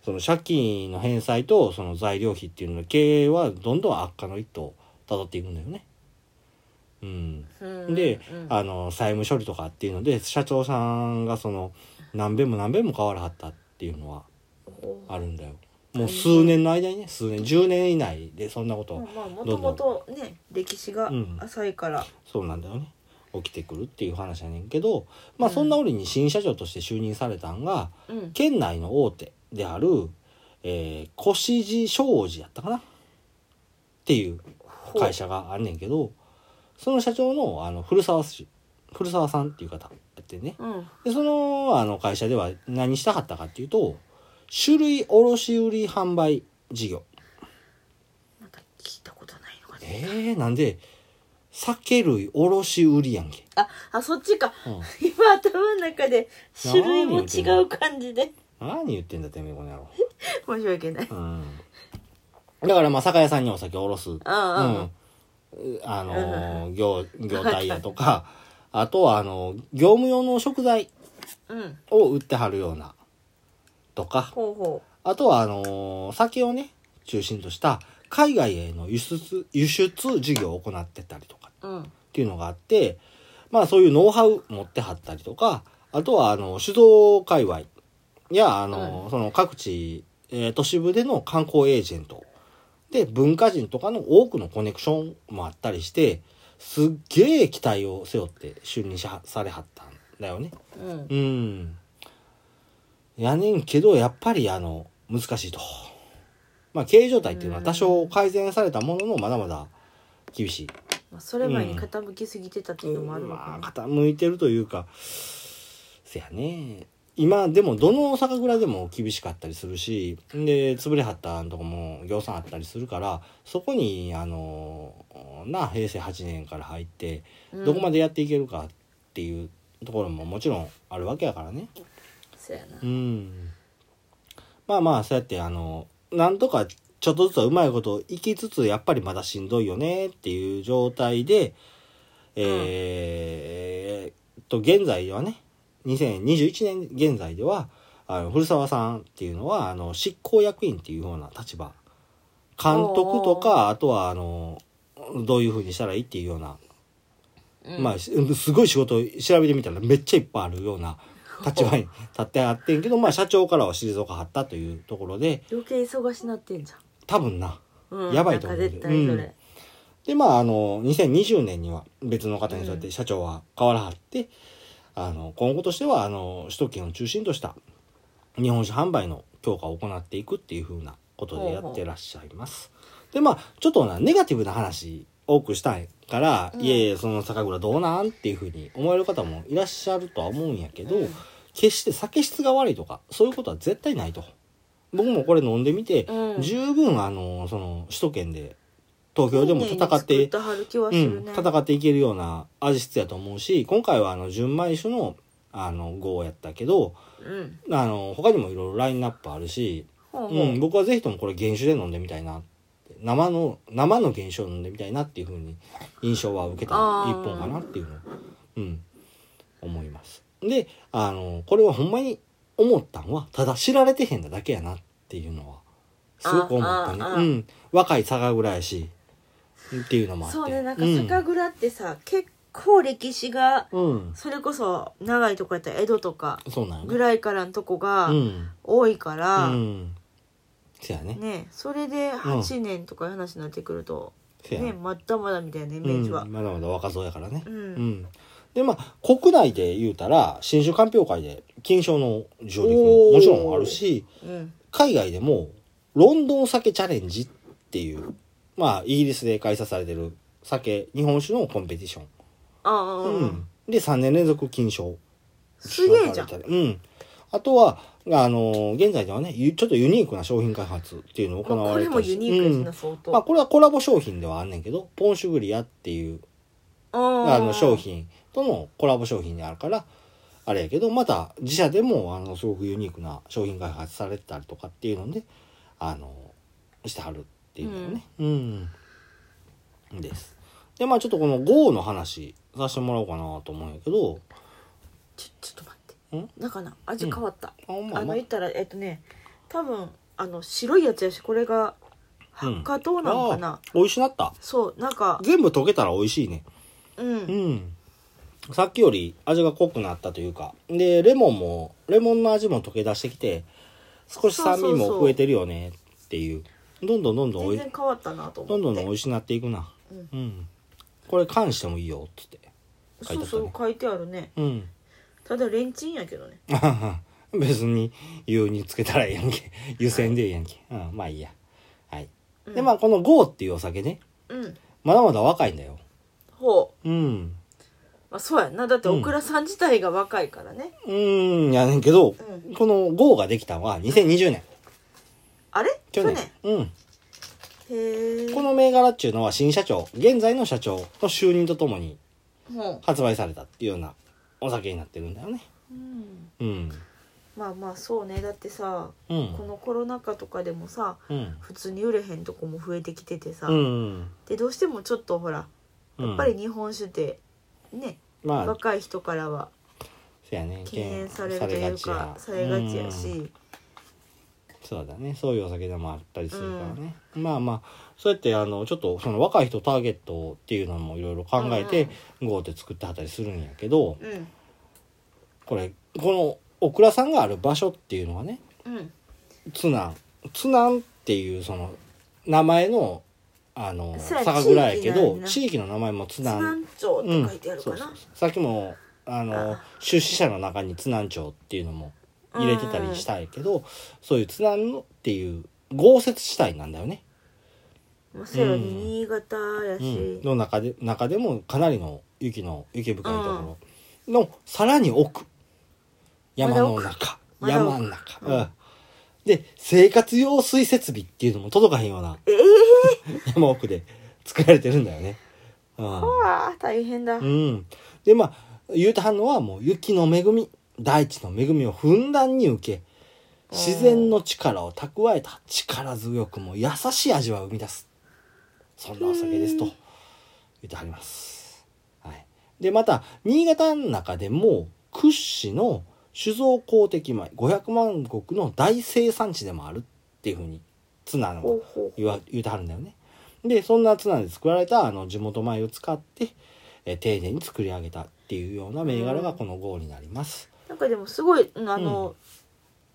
A: その借金の返済とその材料費っていうのの経営はどんどん悪化の一途をたどっていくんだよね。うん。
B: うん
A: で、
B: うん
A: あの債務処理とかっていうので社長さんがその何べんも何べんも変わらはったっていうのはあるんだよもう数年の間にね数年10年以内でそんなこと、
B: まあまあもともとね歴史が
A: うん
B: 浅いから、
A: そうなんだよね起きてくるっていう話やねんけどまあ
B: うん
A: そんな折に新社長として就任されたんが
B: うん
A: 県内の大手である、えー、越路商事やったかなっていう
B: ほう
A: 会社があんねんけどその社長のあの古澤氏古澤さんっていう方やってね
B: うん
A: でそのあの会社では何したかったかっていうと種類卸売販売事業
B: また聞いたことないのかね
A: えー、なんで酒類卸売やんけ、
B: ああそっちか
A: うん、
B: 今頭の中で種類も違う感じで
A: 何言ってんだてめえこの野郎
B: 申し訳ない
A: うんだからまあ酒屋さんにお酒を卸す、うん、
B: ああ、
A: あのー業業態やとかあとはあの業務用の食材
B: うんうん
A: を売ってはるようなとか
B: ほうほ
A: あとはあのー酒をね中心とした海外への輸出輸出事業を行ってたりとか
B: ううん
A: っていうのがあってまあそういうノウハウ持ってはったりとかあとはあの酒造界隈やあの、その各地、えー都市部での観光エージェントで文化人とかの多くのコネクションもあったりしてすっげえ期待を背負って就任しはされはったんだよね。
B: うん
A: うん。やねんけどやっぱりあの難しいと。まあ経営状態っていうのは多少改善されたもののまだまだ厳しい
B: まあ、それ前に傾きすぎてたっていうのもあるの
A: ま
B: か
A: あ傾いてるというかせやね今でもどの酒蔵でも厳しかったりするしで潰れはったんとこも業産あったりするからそこにあのな平成8年から入って
B: な、
A: どこま
B: で
A: でやっていけるかっていうところももちろんあるわけやからね。
B: そうやな
A: うん、まあまあそうやってあのなんとかちょっとずつはうまいこといきつつやっぱりまだしんどいよねっていう状態でえーえーっと現在ではね2021年現在ではあの古澤さんっていうのはあの執行役員っていうような立場監督とかあとはあのどういうふうにしたらいいっていうような、
B: うん
A: まあしすごい仕事を調べてみたらめっちゃいっぱいあるよう な立場に立ってあってんけど、まあ、社長からは退かはったというところで
B: 余計忙しなってんじゃん
A: 多分な。
B: うん、
A: やばいと思う
B: なんか絶対それ、
A: でまああの2020年には別の方にそうやって社長は変わらはって、あの今後としてはあの首都圏を中心とした日本酒販売の強化を行っていくっていうふうなことでやってらっしゃいます。でまあちょっとなネガティブな話多くしたいから、
B: うん
A: いえいえその酒蔵どうなんっていうふうに思える方もいらっしゃるとは思うんやけど、
B: うん
A: 決して酒質が悪いとかそういうことは絶対ないと。僕もこれ飲んでみて、
B: うん
A: 十分あのその首都圏で東京でも戦って
B: 丁寧に作はる気はす
A: う
B: る
A: ん、
B: ね、
A: 戦っていけるような味質やと思うし今回はあの純米酒のあの号やったけど
B: うん
A: あの他にもいろいろラインナップあるし、
B: ほうほう、
A: うん、僕はぜひともこれ原酒で飲んでみたいなって生の生の原酒を飲んでみたいなっていうふうに印象は受けた
B: あー
A: 一本かなっていうのを、うん、思います。であのこれはほんまに思ったんはただ知られてへんだだけやなっていうのはすごく思ったね
B: ああ。あ
A: うん、若い酒蔵やしっていうのもあって。
B: そうねなんか
A: うん
B: 酒蔵ってさ、結構歴史が
A: うん、
B: それこそ長いとこやったら江戸とか
A: そうなんよ
B: ぐ
A: ね。
B: らいからのとこが
A: うん。
B: 多いか
A: う
B: ら、
A: ん。せやね。
B: ねそれで8年とかいう話になってくると、
A: せやね。
B: ねまだまだみたいなイメ
A: う
B: ー
A: ん
B: ジは、
A: まだまだ若造やからね。
B: うん
A: うん。で、まあ、国内で言うたら、新酒鑑評会で金賞の上陸
B: お
A: も
B: ー
A: もちろんあるし、
B: うん
A: 海外でも、ロンドン酒チャレンジっていう、まあ、イギリスで開催されてる酒、日本酒のコンペティション。
B: ああ、うん
A: うんで、3年連続金賞。
B: すげえじゃん
A: うん。あとは、あの現在ではね、ゆちょっとユニークな商品開発っていうのを行
B: まあ、こ
A: われ
B: れ
A: て
B: も
A: るし
B: ユニークです
A: う
B: な、
A: ん
B: 相当、
A: まあこれはコラボ商品ではあんねんけど、ポンシュグリアっていう、
B: あ
A: あの商品とのコラボ商品であるから、あれやけど、また自社でも、あの、すごくユニークな商品開発されてたりとかっていうので、あの、してはるっていうのね。うん。です。で、まあちょっとこの GO の話させてもらおうかなと思うんやけど、
B: ちょちょっと待っ
A: ん
B: てなんかな味変わった、
A: あん
B: あの言ったらえっとね多分あの白いやつやしこれが
A: うん
B: 発火糖なのかな、
A: あー美味しなった
B: そうなんか
A: 全部溶けたら美味しいね
B: う
A: う。
B: ん
A: んさっきより味が濃くなったというかでレモンもレモンの味も溶け出してきて少し酸味も増えてるよねっていうどんどんどんどんお
B: 全
A: い
B: 然変わったなと思
A: ど
B: って
A: んどん美味しなっていくな
B: うん
A: うんこれ缶してもいいよっつって書いてあった
B: そう
A: ね
B: そう書いてあるね
A: うん
B: ただレンチンやけどね
A: あはは別に湯につけたらええやんけ湯煎でええやんけ、うんまあいいやはい、でまあこのゴーっていうお酒ね
B: うん
A: まだまだ若いんだよ
B: ほう
A: うん
B: まあそうやんなだって
A: うん
B: オクラさん自体が若いからね、
A: うーんやねんけど、
B: う
A: このゴーができたのは2020年
B: あれ去
A: 去
B: 年
A: 年うん
B: へえ
A: この銘柄っていうのは新社長現在の社長の就任とともに
B: ほ
A: 発売されたっていうようなお酒になってるんだよね
B: う、うん、
A: うん
B: まあまあそうねだってさ
A: う
B: こ
A: ん
B: のコロナ禍とかでもさ
A: うん
B: 普通に売れへんとこも増えてきててさ、
A: うん
B: でどうしてもちょっとほら
A: うん
B: やっぱり日本酒ってね、
A: まあ
B: 若い人からは
A: そうやね
B: 敬遠されるというかされがちやし、
A: うんそうだねそういうお酒でもあったりするからね、まあまあそうやってあのちょっとその若い人ターゲットっていうのもいろいろ考えて GO って作ってはったりするんやけど
B: うん
A: これこのオクラさんがある場所っていうのはね
B: うん
A: 津南津南っていうその名前のあの
B: そうや
A: 酒蔵やけ
B: 地域なん
A: ど
B: やな
A: 地域の名前も津
B: 津
A: 南
B: 南町っ
A: う
B: て
A: ん
B: 書いてあるか
A: そう
B: な、
A: そうそうさっきもあの
B: あ
A: 出資者の中に津南町っていうのも入れてたりしたいけど、そういう津南のっていう豪雪地帯なんだよね、
B: まあ、そうやね、
A: うん
B: 新潟
A: う
B: や
A: ん
B: し、
A: の中で中でもかなりの雪の雪深いところの、さらに奥
B: ま
A: 山
B: だ
A: の
B: 奥
A: 中、
B: まだ奥
A: 山の中、
B: うん
A: うんで生活用水設備っていうのも届かへんような、山奥で作られてるんだよね、うん
B: うわあ大変だ、
A: うん、でまあ言うてはんのはもう雪の恵み大地の恵みをふんだんに受け自然の力を蓄えた力強くも優しい味わいを生み出すそんなお酒ですと言ってはります。はい、でまた新潟の中でも屈指の酒造公的米500万石の大生産地でもあるっていうふうに津なの
B: ほうほう
A: 言わ言うてはるんだよね。でそんなツナで作られたあの地元米を使って、えー丁寧に作り上げたっていうような銘柄がこの号になります。
B: なんかでもすごいうんあの、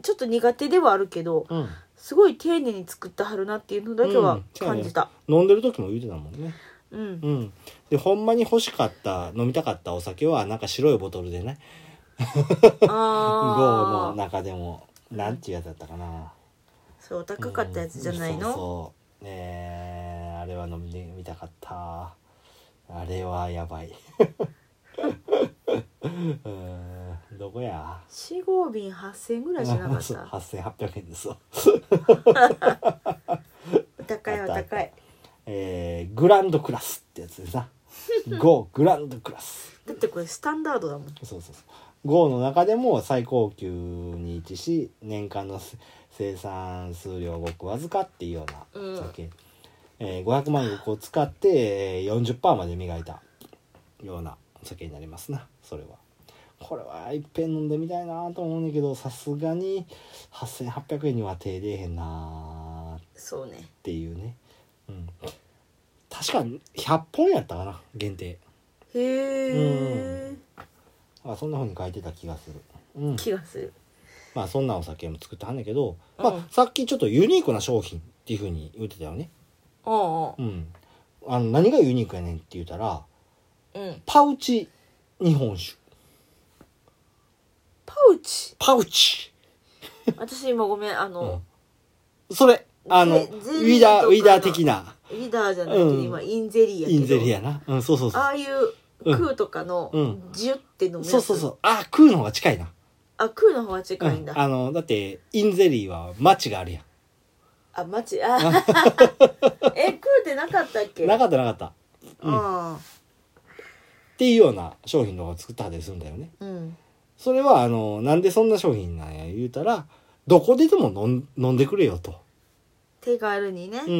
B: ちょっと苦手ではあるけど
A: うん、
B: すごい丁寧に作ってはるなっていうのだけ
A: う
B: は
A: んそうやね
B: 感じた
A: 飲んでる時も言うてたもんね。
B: うん、
A: うん、でほんまに欲しかった飲みたかったお酒はなんか白いボトルでね号の
B: ああ
A: 中でもなんていうやつだったかな。
B: そう高かったやつじゃないの、
A: うんそうそうねえあれは飲んでみたかったあれはやばい うんどこや
B: 四合瓶8000円ぐらいじゃなか った
A: 8800円ですわ
B: お高いお高い
A: えー、グランドクラスってやつで さ GO グランドクラス
B: だってこれスタンダードだもん
A: そうそうそう GO の中でも最高級に位置し年間のせ生産数量ごくわずかっていうよう
B: うん
A: な酒、えー500万石を使ってえー40%まで磨いたようなお酒になりますなそれはこれはいっぺん飲んでみたいなと思うねんだけどさすがに8800円には手出えへんな
B: そうね
A: っていうね、うん、確かに100本やったかな限定
B: へえ、
A: あそんな風に書いてた気がする、うん、
B: 気がする
A: まあそんなお酒も作ってはんねんけど、
B: う
A: ま
B: ん
A: あ、さっきちょっとユニークな商品っていう風に言ってたよね、
B: うんうん
A: うん、あの何がユニークやねんって言ったら
B: うん
A: パウチ日本酒
B: パウチ
A: パウチ、
B: 私今ごめんあ
A: う
B: の
A: ん、、それあのウ
B: ゼゼリー
A: ィダー
B: と
A: ウ
B: か
A: ィダー的な
B: リーダーじゃなくて、
A: うん
B: 今インゼリア
A: インゼリ
B: ア
A: アな、うん、そうそうそう
B: ああいう
A: うん
B: 空とかの
A: うん
B: ジュって飲むやつ、
A: そうそうそうあ食うの方が近いな
B: あ空の方が近いんだ、
A: うん、あのだってインゼリーは町があるやん
B: あマジ あえ空ってなかったっけ
A: なかったなかったうんっ
B: あ
A: ていうような商品とかを作ったはずにするんだよね
B: ーうん
A: それはあのなんでそんな商品なんや言うたらどこででも飲ん飲んでくれよと
B: 手軽にね、
A: うん
B: う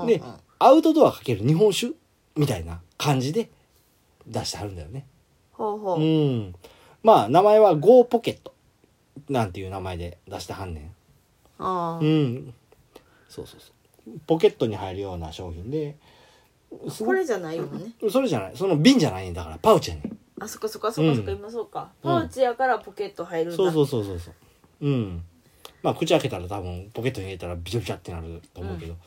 B: ん
A: で
B: うん
A: アウトドアかける日本酒みたいな感じで出してはるんだよね
B: ほうほう、
A: うんまあ名前は GO ポケットなんていう名前で出してはんねん
B: あ
A: う
B: ー
A: んそうそうそうポケットに入るような商品ですご
B: これじゃないもんね
A: それじゃないその瓶じゃないんだからパウチやねん
B: あそっかそっかそっかそっか、
A: うん
B: 今そうか
A: うん
B: パウチやからポケット入るんだ
A: そうそうそうそうそううんまあ口開けたら多分ポケットに入れたらビチャビチャってなると思うけど、うん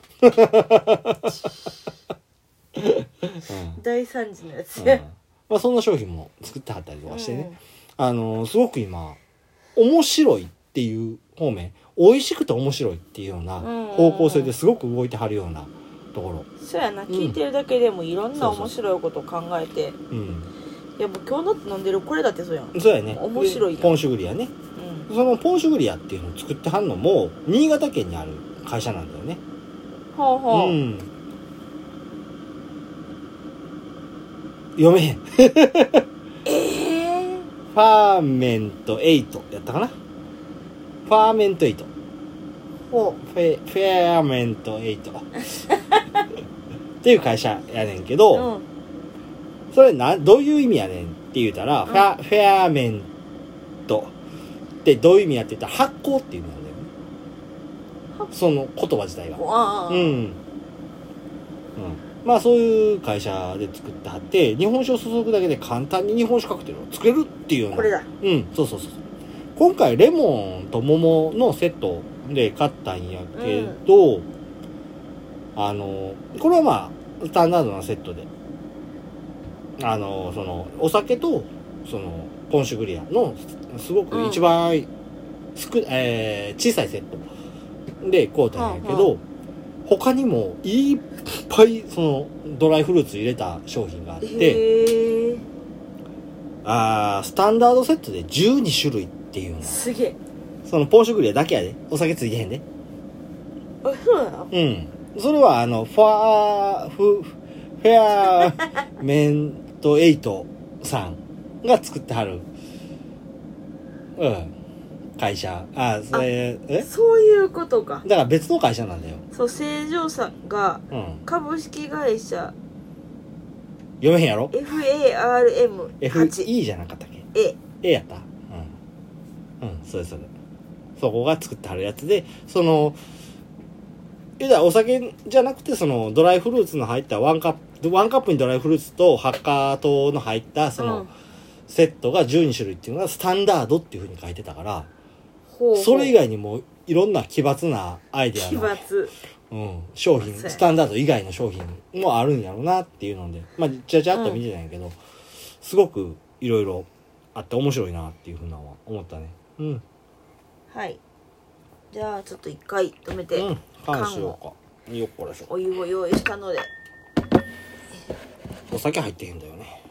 B: 大惨事のやつ
A: うん
B: や、
A: まあ、そんな商品も作ってはったりと
B: う
A: か
B: ん
A: してね、あのすごく今面白いっていう方面美味しくて面白いっていうような方向性ですごく動いてはるようなところ、
B: そうやな聞いてるだけでもいろんな面白いことを考えて
A: うん、
B: いやもう今日のって飲んでるこれだってそうやん、うん、
A: そうやね
B: 面白いやん
A: ポンシュグリアねそのポンシュグリアっていうのを作ってはんのも新潟県にある会社なんだよね
B: ほうほう、
A: うん読めへんフ
B: ええ
A: ァーメント8やったかなファーメント8
B: ほ
A: フェフェアメント8っていう会社やねんけ
B: う、
A: ど、
B: うん、
A: それなどういう意味やねんって言うたら、
B: ん
A: フェアフェアメントってどういう意味やって言ったら発酵っていう意味なんだよね
B: 発
A: その言葉自体が
B: あ
A: う
B: あ、
A: ん、う
B: うん
A: ん、まあそういう会社で作ってはって日本酒を注ぐだけで簡単に日本酒カクテルを作れるっていうような
B: これだ
A: うん、そうそうそうそう。今回、レモンと桃のセットで買ったんやけど、あの、これはまあ、スタンダードなセットで、あの、その、お酒と、その、ポンシュグリアの、すごく一番、少えー小さいセットで買うたんやけど、他にもいっぱい、その、ドライフルーツ入れた商品があって、
B: へえ
A: あースタンダードセットで12種類っていうの
B: すげえ
A: そのポンシュグリアだけやでお酒ついてへんで
B: あそうなの
A: うんそれはあのファーフフェアメントエイトさんが作ってはるうん会社あそれえ
B: そういうことか
A: だから別の会社なんだよ
B: そう正常さんが
A: うん
B: 株式会社
A: 読めへんやろ
B: FARM8A
A: FE じゃなかったっけ A やったうん。うん、それそれ。そこが作ってはるやつで、その、言うたらお酒じゃなくて、その、ドライフルーツの入ったワンカップ、ワンカップにドライフルーツとハッカー糖の入った、その、
B: うん
A: セットが12種類っていうのがスタンダードっていうふうに書いてたから、
B: ほうほう
A: それ以外にもいろんな奇抜なアイデア
B: 奇
A: の、
B: 抜
A: うん、商品、
B: そうや
A: スタンダード以外の商品もあるんやろうなっていうので、まあ、ちゃちゃっと見てたんやけど、すごくいろいろあって面白いなっていうふうなのは思ったね。うん。
B: はいじゃあちょっと一回止めて、
A: うん。缶しようか。よっこらしょ。
B: お湯を用意したので
A: お酒入ってへんだよね。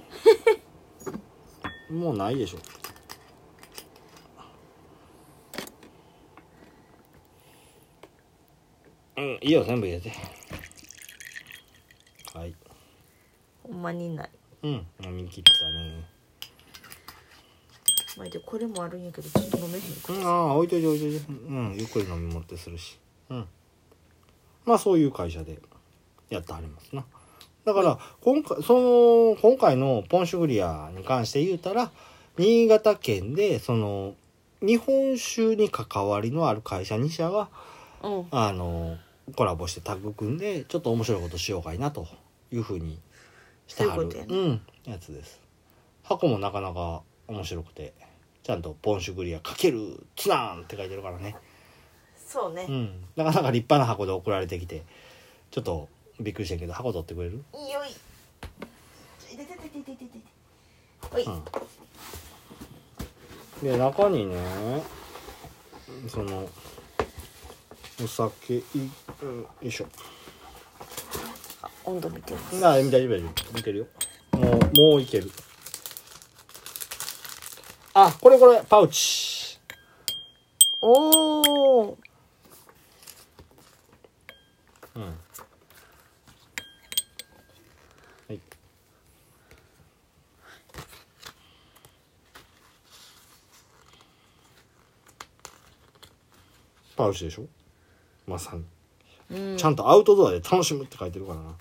A: もうないでしょ。うん、いいよ、全部入れて。はい。
B: ほんまにない
A: うん、飲み切ったね。
B: まあでこれもあるんやけどちょっと飲めへんか
A: うん、ああ置いといて置いといてうんゆっくり飲み物ってするしうんまあそういう会社でやってはりますなだから今回その今回のポンシュグリアに関して言うたら新潟県でその日本酒に関わりのある会社2社が
B: うん
A: あのコラボしてタッグ組んでちょっと面白いことしようかいなというふうにしてはる
B: そういうこと
A: うんやつです箱もなかなか面白くてちゃんと「ポンシュグリア×ツナン」って書いてるからね、
B: そうね
A: う、ん、なかなか立派な箱で送られてきてちょっとびっくりしたけど箱取ってくれる
B: いいよいいててててててておい、
A: うん、で中にねそのお酒い、うん、よいしょ
B: あ温度見てます
A: あ、見てる、見てる。見てるよ。もう、もういける。あ、これこれ、パウチ。
B: おお
A: うん。はい。パウチでしょまさに、
B: うん
A: ちゃんとアウトドアで楽しむって書いてるからな。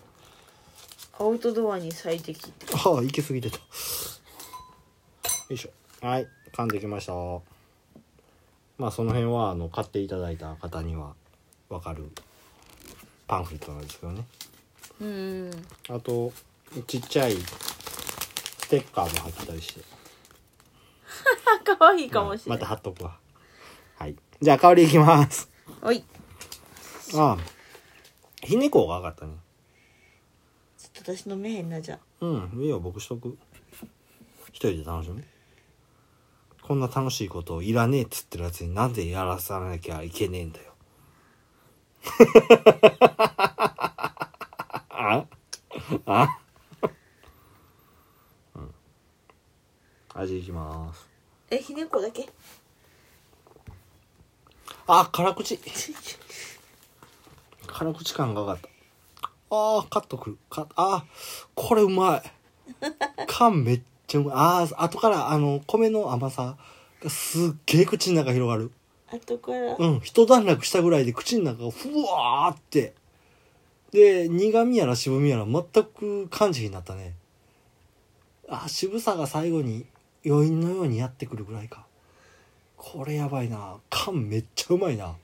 B: アウトドアに最適って
A: ああ、行き過ぎてた。よいしょ。はい、噛んできました。まあ、その辺は、あの、買っていただいた方には、わかるパンフレットなんですけどね。
B: うん
A: あとちっちゃいステッカーも貼ったりして
B: あ 可愛いかもしれ
A: うんま
B: な
A: た
B: い、
A: 貼っとくわはいじゃあ香りいきます
B: おい
A: ああひねこが上がったね
B: ちょっと私飲めへんなじゃあ
A: うんいいよ僕しとく一人で楽しむこんな楽しいことをいらねえっつってるやつになんでやらさなきゃいけねえんだよ ああ、うん、味いきます
B: えひねこだけ
A: あ辛口辛口感が上がったあーカットくるかあーこれうまい 缶めっちゃうまいあー後からあの米の甘さがすっげえ口の中広がる
B: 後から
A: うん一段落したぐらいで口の中がふわーってで苦味やら渋みやら全く感じになったねあー渋さが最後に余韻のようにやってくるぐらいかこれやばいな缶めっちゃうまいなは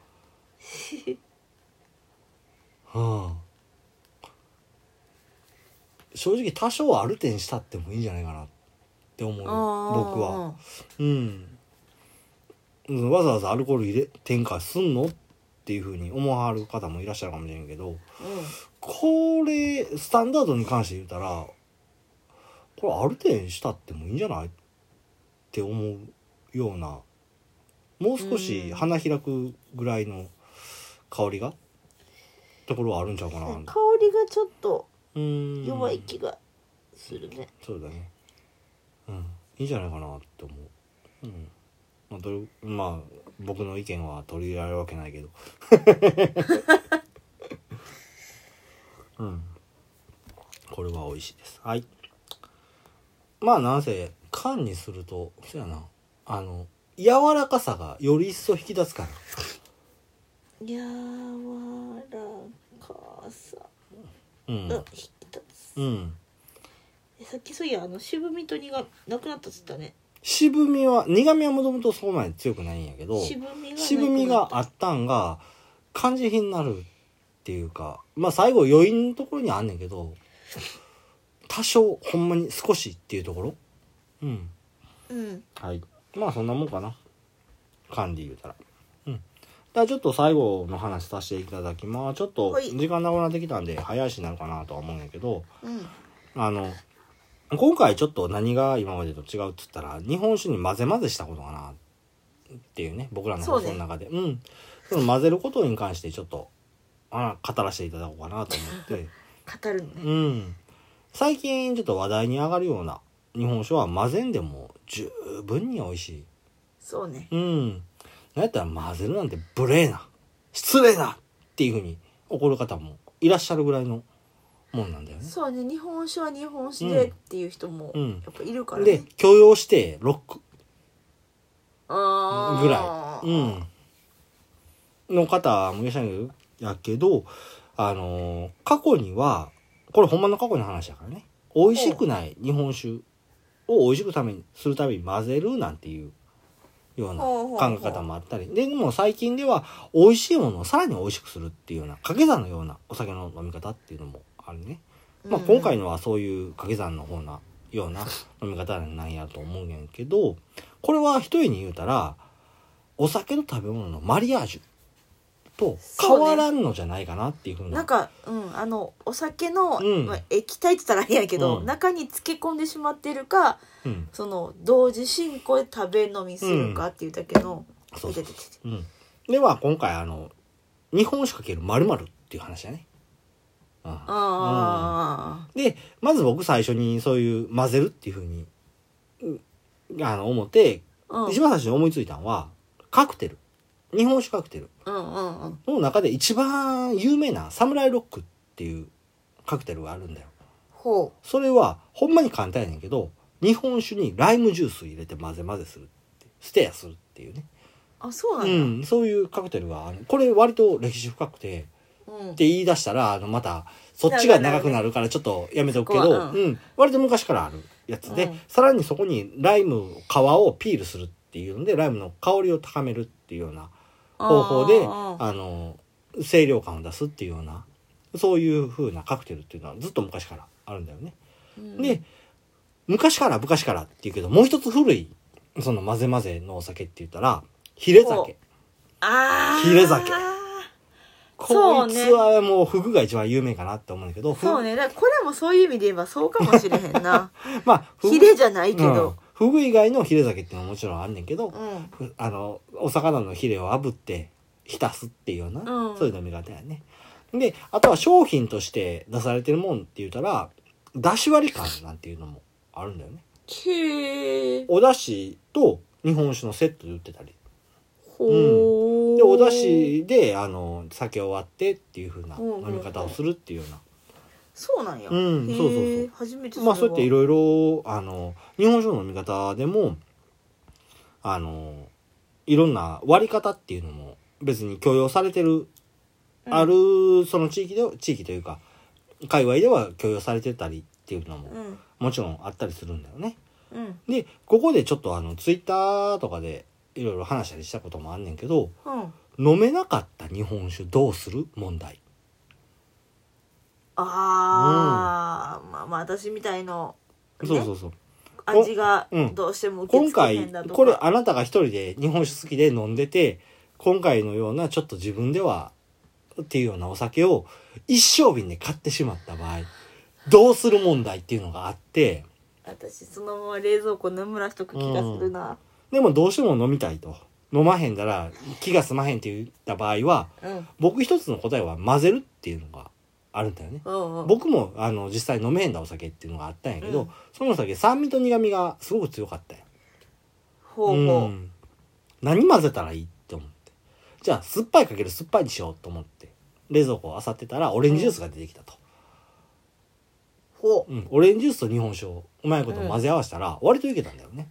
A: あ正直多少アルテンしたってもいいんじゃないかなって思うよ僕はうん、うんわざわざアルコール入れ添加すんのっていうふうに思わはる方もいらっしゃるかもしれんけど
B: う
A: これスタンダードに関して言うたらこれアルテンしたってもいいんじゃないって思うようなもう少し
B: うん
A: 花開くぐらいの香りがところはあるんちゃうかな
B: 香りがちょっと
A: うん
B: 弱い気がするね、
A: そうだねうんいいんじゃないかなって思ううんまあどれまあ僕の意見は取り入れられるわけ ないけどうんこれは美味しいですはいまあなんせ缶にするとそうやなあの柔らかさがより一層引き出すから
B: やわらかさ
A: うん
B: が引き立つ、
A: うん
B: えさっきそういやあの渋みと苦みなくなったっつったね
A: 渋みは苦みはもともとそこまで強くないんやけど
B: 渋みがなくなった
A: 渋みがあったんが感じ品になるっていうかまあ最後余韻のところにはあんねんけど多少ほんまに少しっていうところうん
B: うん
A: はいまあそんなもんかな管理言うたらうんじゃあちょっと最後の話させていただきますちょっと
B: はい
A: 時間なくなってきたんで早いしなるかなとは思うんやけど
B: うん
A: あの今回ちょっと何が今までと違うっつったら日本酒に混ぜ混ぜしたことかなっていうね僕らの放送の中でう,、んその混ぜることに関してちょっとあ語らせていただこうかなと思って
B: 語るのね
A: うん最近ちょっと話題に上がるような日本酒は混ぜんでも十分に美味しい
B: そうね
A: うん。なんやったら混ぜるなんて無礼な、失礼なっていうふうに怒る方もいらっしゃるぐらいのもんなんだよね。
B: そうね日本酒は日本酒でっていう人も
A: うん
B: やっぱいるからね、
A: で、許容してロック
B: あー
A: ぐらい、うん、の方もいらっしゃるやけど、あのー過去には、これほんまの過去の話だからね、美味しくない日本酒を美味しくためにするために混ぜるなんていうような
B: ほうほうほう
A: 考え方もあったり、で、でも最近では美味しいものをさらに美味しくするっていうような掛け算のようなお酒の飲み方っていうのもあるね。まあ、
B: うん
A: 今回のはそういう掛け算の方なような飲み方なんやと思うんやけどこれは一重に言うたらお酒と食べ物のマリアージュと変わらんのじゃないかなっていうふう
B: な
A: なん
B: か、うん、あのお酒の、
A: うん
B: まあ、液体って言ったらあれやけど、
A: うん
B: 中に漬け込んでしまってるか
A: うん
B: その同時進行で食べ飲みするかっていうだけの、
A: そうそう
B: 出てきて
A: うん、では今回あの日本酒かけるまるっていう話だね。うん
B: あ
A: でまず僕最初にそういう混ぜるっていうふうにうんあの思って、
B: あ、うん、うん
A: 一番最初に思いついたのはカクテル日本酒カクテル。
B: うんうん
A: の中で一番有名なサムライロックっていうカクテルがあるんだよ。
B: ほ
A: それはほんまに簡単やねんけど、日本酒にライムジュース入れて混ぜ混ぜするってステアするっていうね。
B: うあそうな
A: うん
B: だ、
A: ん、そういうカクテルがある。これ割と歴史深くて、
B: うん
A: って言い出したら、あの、また、そっちが長くなるからちょっとやめておくけ
B: そこ
A: ど、
B: は
A: う、
B: うん
A: 割と昔からあるやつで、
B: うん
A: さらにそこにライム、皮をピールするっていうので、ライムの香りを高めるっていうような方法で、
B: あー
A: あの、清涼感を出すっていうようなそういう風なカクテルっていうのはずっと昔からあるんだよね。
B: うん
A: で、昔から昔からっていうけど、もう一つ古い、その混ぜ混ぜのお酒って言ったら、ヒレ
B: ほう
A: 酒。
B: ああ
A: ヒレ酒
B: そ
A: こ
B: う
A: い
B: ね
A: つはもうフグが一番有名かなって思うんだけど、フグ
B: そうねだからこれもそういう意味で言えばそうかもしれへん な
A: まあ、フグ
B: ヒレじゃないけ
A: うん
B: ど、
A: フグ以外のヒレ酒っていうのはもちろんあんねんけど、
B: うん
A: ふあのお魚のヒレを炙って浸すっていうような、
B: うん
A: そういう飲み方やねであとは商品として出されてるもんって言ったらだし割り感なんていうのもあるんだよね
B: へえ
A: おだしと日本酒のセットで売ってたり
B: ほう
A: でおだしであの酒を割ってっていう風な飲み方をするっていうような、
B: そうなんや
A: うん
B: へー
A: そうそうそう
B: 初めて
A: まあそうやっていろ
B: ろ
A: いろあの日本酒の飲み方でもあのいろんな割り方っていうのも別に許容されてる、あるその地域で地域というか界隈では許容されてたりっていうのも
B: うん
A: もちろんあったりするんだよね。
B: うん
A: でここでちょっとあのツイッターとかでいろいろ話したりしたこともあんねんけど
B: うん
A: 飲めなかった日本酒どうする問題。
B: ああ、まあまあ私みたいの
A: そうそうそう。
B: 味が
A: うん
B: どうしても受け
A: 今
B: 付けへ
A: 回
B: んだとか
A: これあなたが一人で日本酒好きで飲んでて今回のようなちょっと自分ではっていうようなお酒を一升瓶で買ってしまった場合どうする問題っていうのがあって
B: 私そのまま冷蔵庫眠らしとく気がするな
A: でもどうしても飲みたいと飲まへんだら気が済まへんって言った場合は
B: うん、うん
A: 僕一つの答えは混ぜるっていうのがあるんだよね。
B: うん
A: 僕もあの実際飲めへんだお酒っていうのがあったんやけど、
B: うん
A: そのお酒酸味と苦味がすごく強かったよ。
B: ほうほ
A: ん、何混ぜたらいいって思ってじゃあ酸っぱいかける酸っぱいにしようと思って冷蔵庫を漁ってたらオレンジジュースが出てきたと、
B: うほ
A: うんオレンジジュースと日本酒をうまいこと混ぜ合わせたら割といけたんだよね、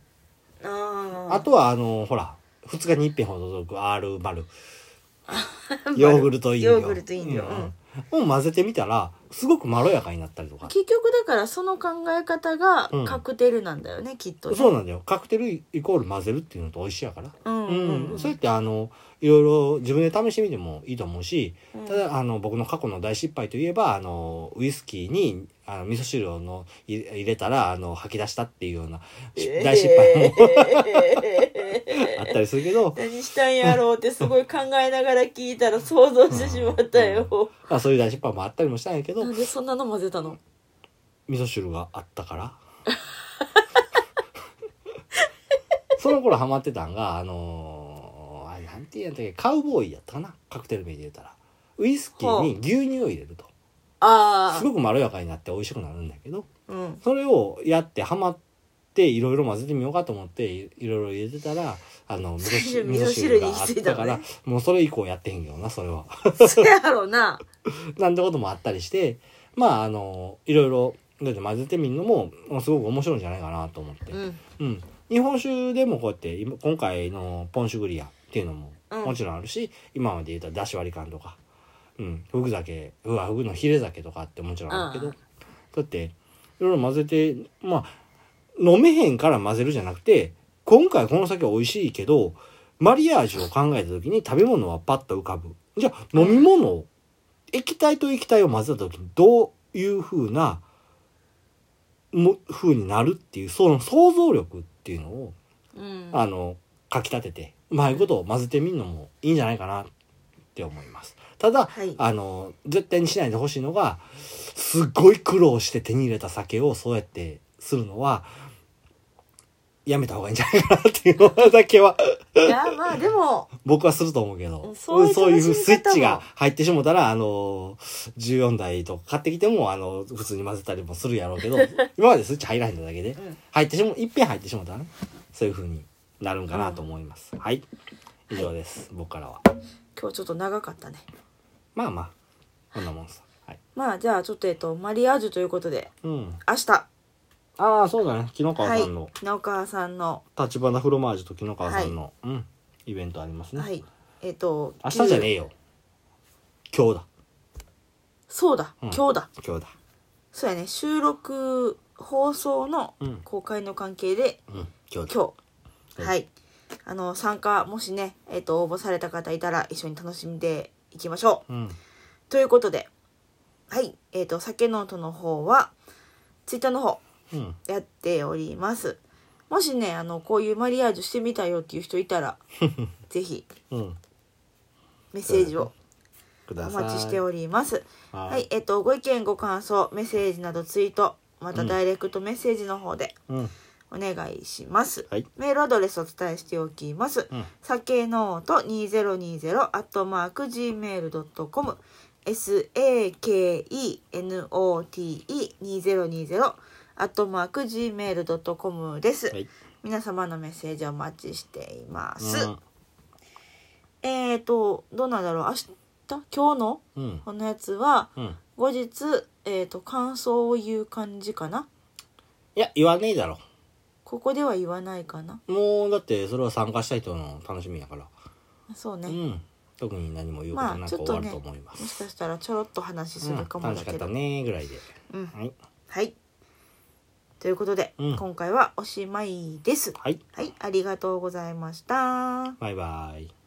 B: うあー
A: あ とはあのほら2日に一遍ほど届く R マルヨーグルト飲料
B: ヨーグルト飲料うん
A: うんを混ぜてみたらすごくまろやかになったりとか
B: 結局だからその考え方が
A: うん
B: カクテルなんだよね、きっとね
A: そうなんだよカクテルイコール混ぜるっていうのと美味しいやから
B: うんう
A: うん
B: ん
A: そうやってあのいろいろ自分で試してみてもいいと思うし、
B: うん
A: ただあの僕の過去の大失敗といえばあのウイスキーにあの味噌汁をのい入れたらあの吐き出したっていうようなし大失敗もあったりするけど、
B: 何したんやろうってすごい考えながら聞いたら想像してしまったよ。
A: まあ、そういう大失敗もあったりもしたんやけど
B: なんでそんなの混ぜたの
A: 味噌汁があったから その頃ハマってたんがあのーあれなんて言うんやったっけカウボーイやったかなカクテル名で言うたらウイスキーに牛乳を入れると。
B: あ
A: すごくまろやかになって美味しくなるんだけど
B: あ。うん。
A: それをやってハマっていろいろ混ぜてみようかと思っていいろいろ入れてたらあの味噌汁味
B: 味噌
A: 噌
B: 汁
A: 汁
B: に
A: が
B: 行
A: あっ
B: き着いた
A: た
B: のね
A: からもうそれ以降やってへんけどなそれは。
B: そやろな。
A: なんてこともあったりしてまああのいろいろだって混ぜてみるのもすごく面白いんじゃないかなと思って、
B: う
A: うん
B: ん。
A: 日本酒でもこうやって今今回のポンシュグリアっていうのも
B: うん
A: もちろんあるし、今まで言っただし割り感とか、うん、フグ酒うわフグのヒレ酒とかってもちろんあるけど、
B: うん
A: だっていろいろ混ぜてまあ飲めへんから混ぜるじゃなくて今回この酒美味しいけどマリアージュを考えた時に食べ物はパッと浮かぶじゃあ飲み物を液体と液体を混ぜた時にどういう風なも風になるっていうその想像力っていうのを
B: うん。
A: あの、かき立てて、うまいことを混ぜてみるのもいいんじゃないかなって思います。ただ、
B: はい
A: あの、絶対にしないでほしいのが、すっごい苦労して手に入れた酒をそうやってするのは、やめた方がいいんじゃないかなっていうのだけは、
B: いや、まあでも、
A: 僕はすると思うけど、
B: そういう
A: そういう
B: 楽しみ方も
A: スイッチが入ってしもたら、あの、14台とか買ってきても、あの、普通に混ぜたりもするやろうけ ど、今までスイッチ入らへんだだけで、
B: うん
A: 入ってしも、いっぺん入ってしもたらね、そういう風になるんかなと思います。はい。以上です。僕からは。
B: 今日ちょっと長かったね。
A: まあまあ、こんなもんさ。はい。
B: まあじゃあちょっとえっと、マリアージュということで、
A: うん。
B: 明日、
A: ああ、そうだね。木の川
B: は
A: さ
B: い
A: んの、、
B: 直川さんの、
A: 立花フロマージュと木の川さんの、うん、イベントありますね。
B: はい、えっと、
A: 明日じゃねえよ。今日だ。
B: そうだ、
A: うん
B: 今日だ。
A: 今日だ。
B: そうやね、収録、放送の
A: うん
B: 公開の関係で、
A: うん、今日だ。
B: 今日
A: はい
B: はいあの参加もしね、えっと応募された方いたら一緒に楽しんでいきましょう
A: うん。
B: ということではい、えっ、と、酒ノートの方は、ツイッターの方、
A: うん。
B: やっております。もしね、あの、こういうマリアージュしてみたよっていう人いた ら、ぜひ、
A: うん。
B: メッセージを
A: く
B: お
A: ださい。
B: 待ちしております。
A: はい
B: はい、えっ、と、ご意見、ご感想、メッセージなどツイート、またダイレクトメッセージの方で
A: うん。
B: お願いします。
A: はい。
B: メールアドレスをお伝えしておきます。
A: うん。
B: さけのーと2020アットマーク Gmail.com sakenote2020 アットマーク Gmail.com です、
A: はい。
B: 皆様のメッセージをお待ちしています、
A: う
B: えーとどうなんだろう明日今日の
A: ん。うん。
B: このやつは
A: うん。
B: 後日えーと感想を言う感じかない
A: や、言わねえだろ。
B: ここでは言わないかな
A: もう、だって、それは参加した人の楽しみやから。
B: そうね、
A: う
B: も
A: ん。特に何も言うこと
B: まあ
A: なく
B: ち
A: 終
B: ょっと
A: わ
B: ね
A: ると思います。
B: しかしたらちょろっと話す
A: うん
B: るかも
A: 楽
B: だ
A: しか
B: け
A: っ
B: ど
A: たね、ぐらいで。
B: うん
A: はい。
B: はい。ということで、
A: うん
B: 今回はおしまいです。
A: はい。
B: はい、ありがとうございました。
A: バイバイ。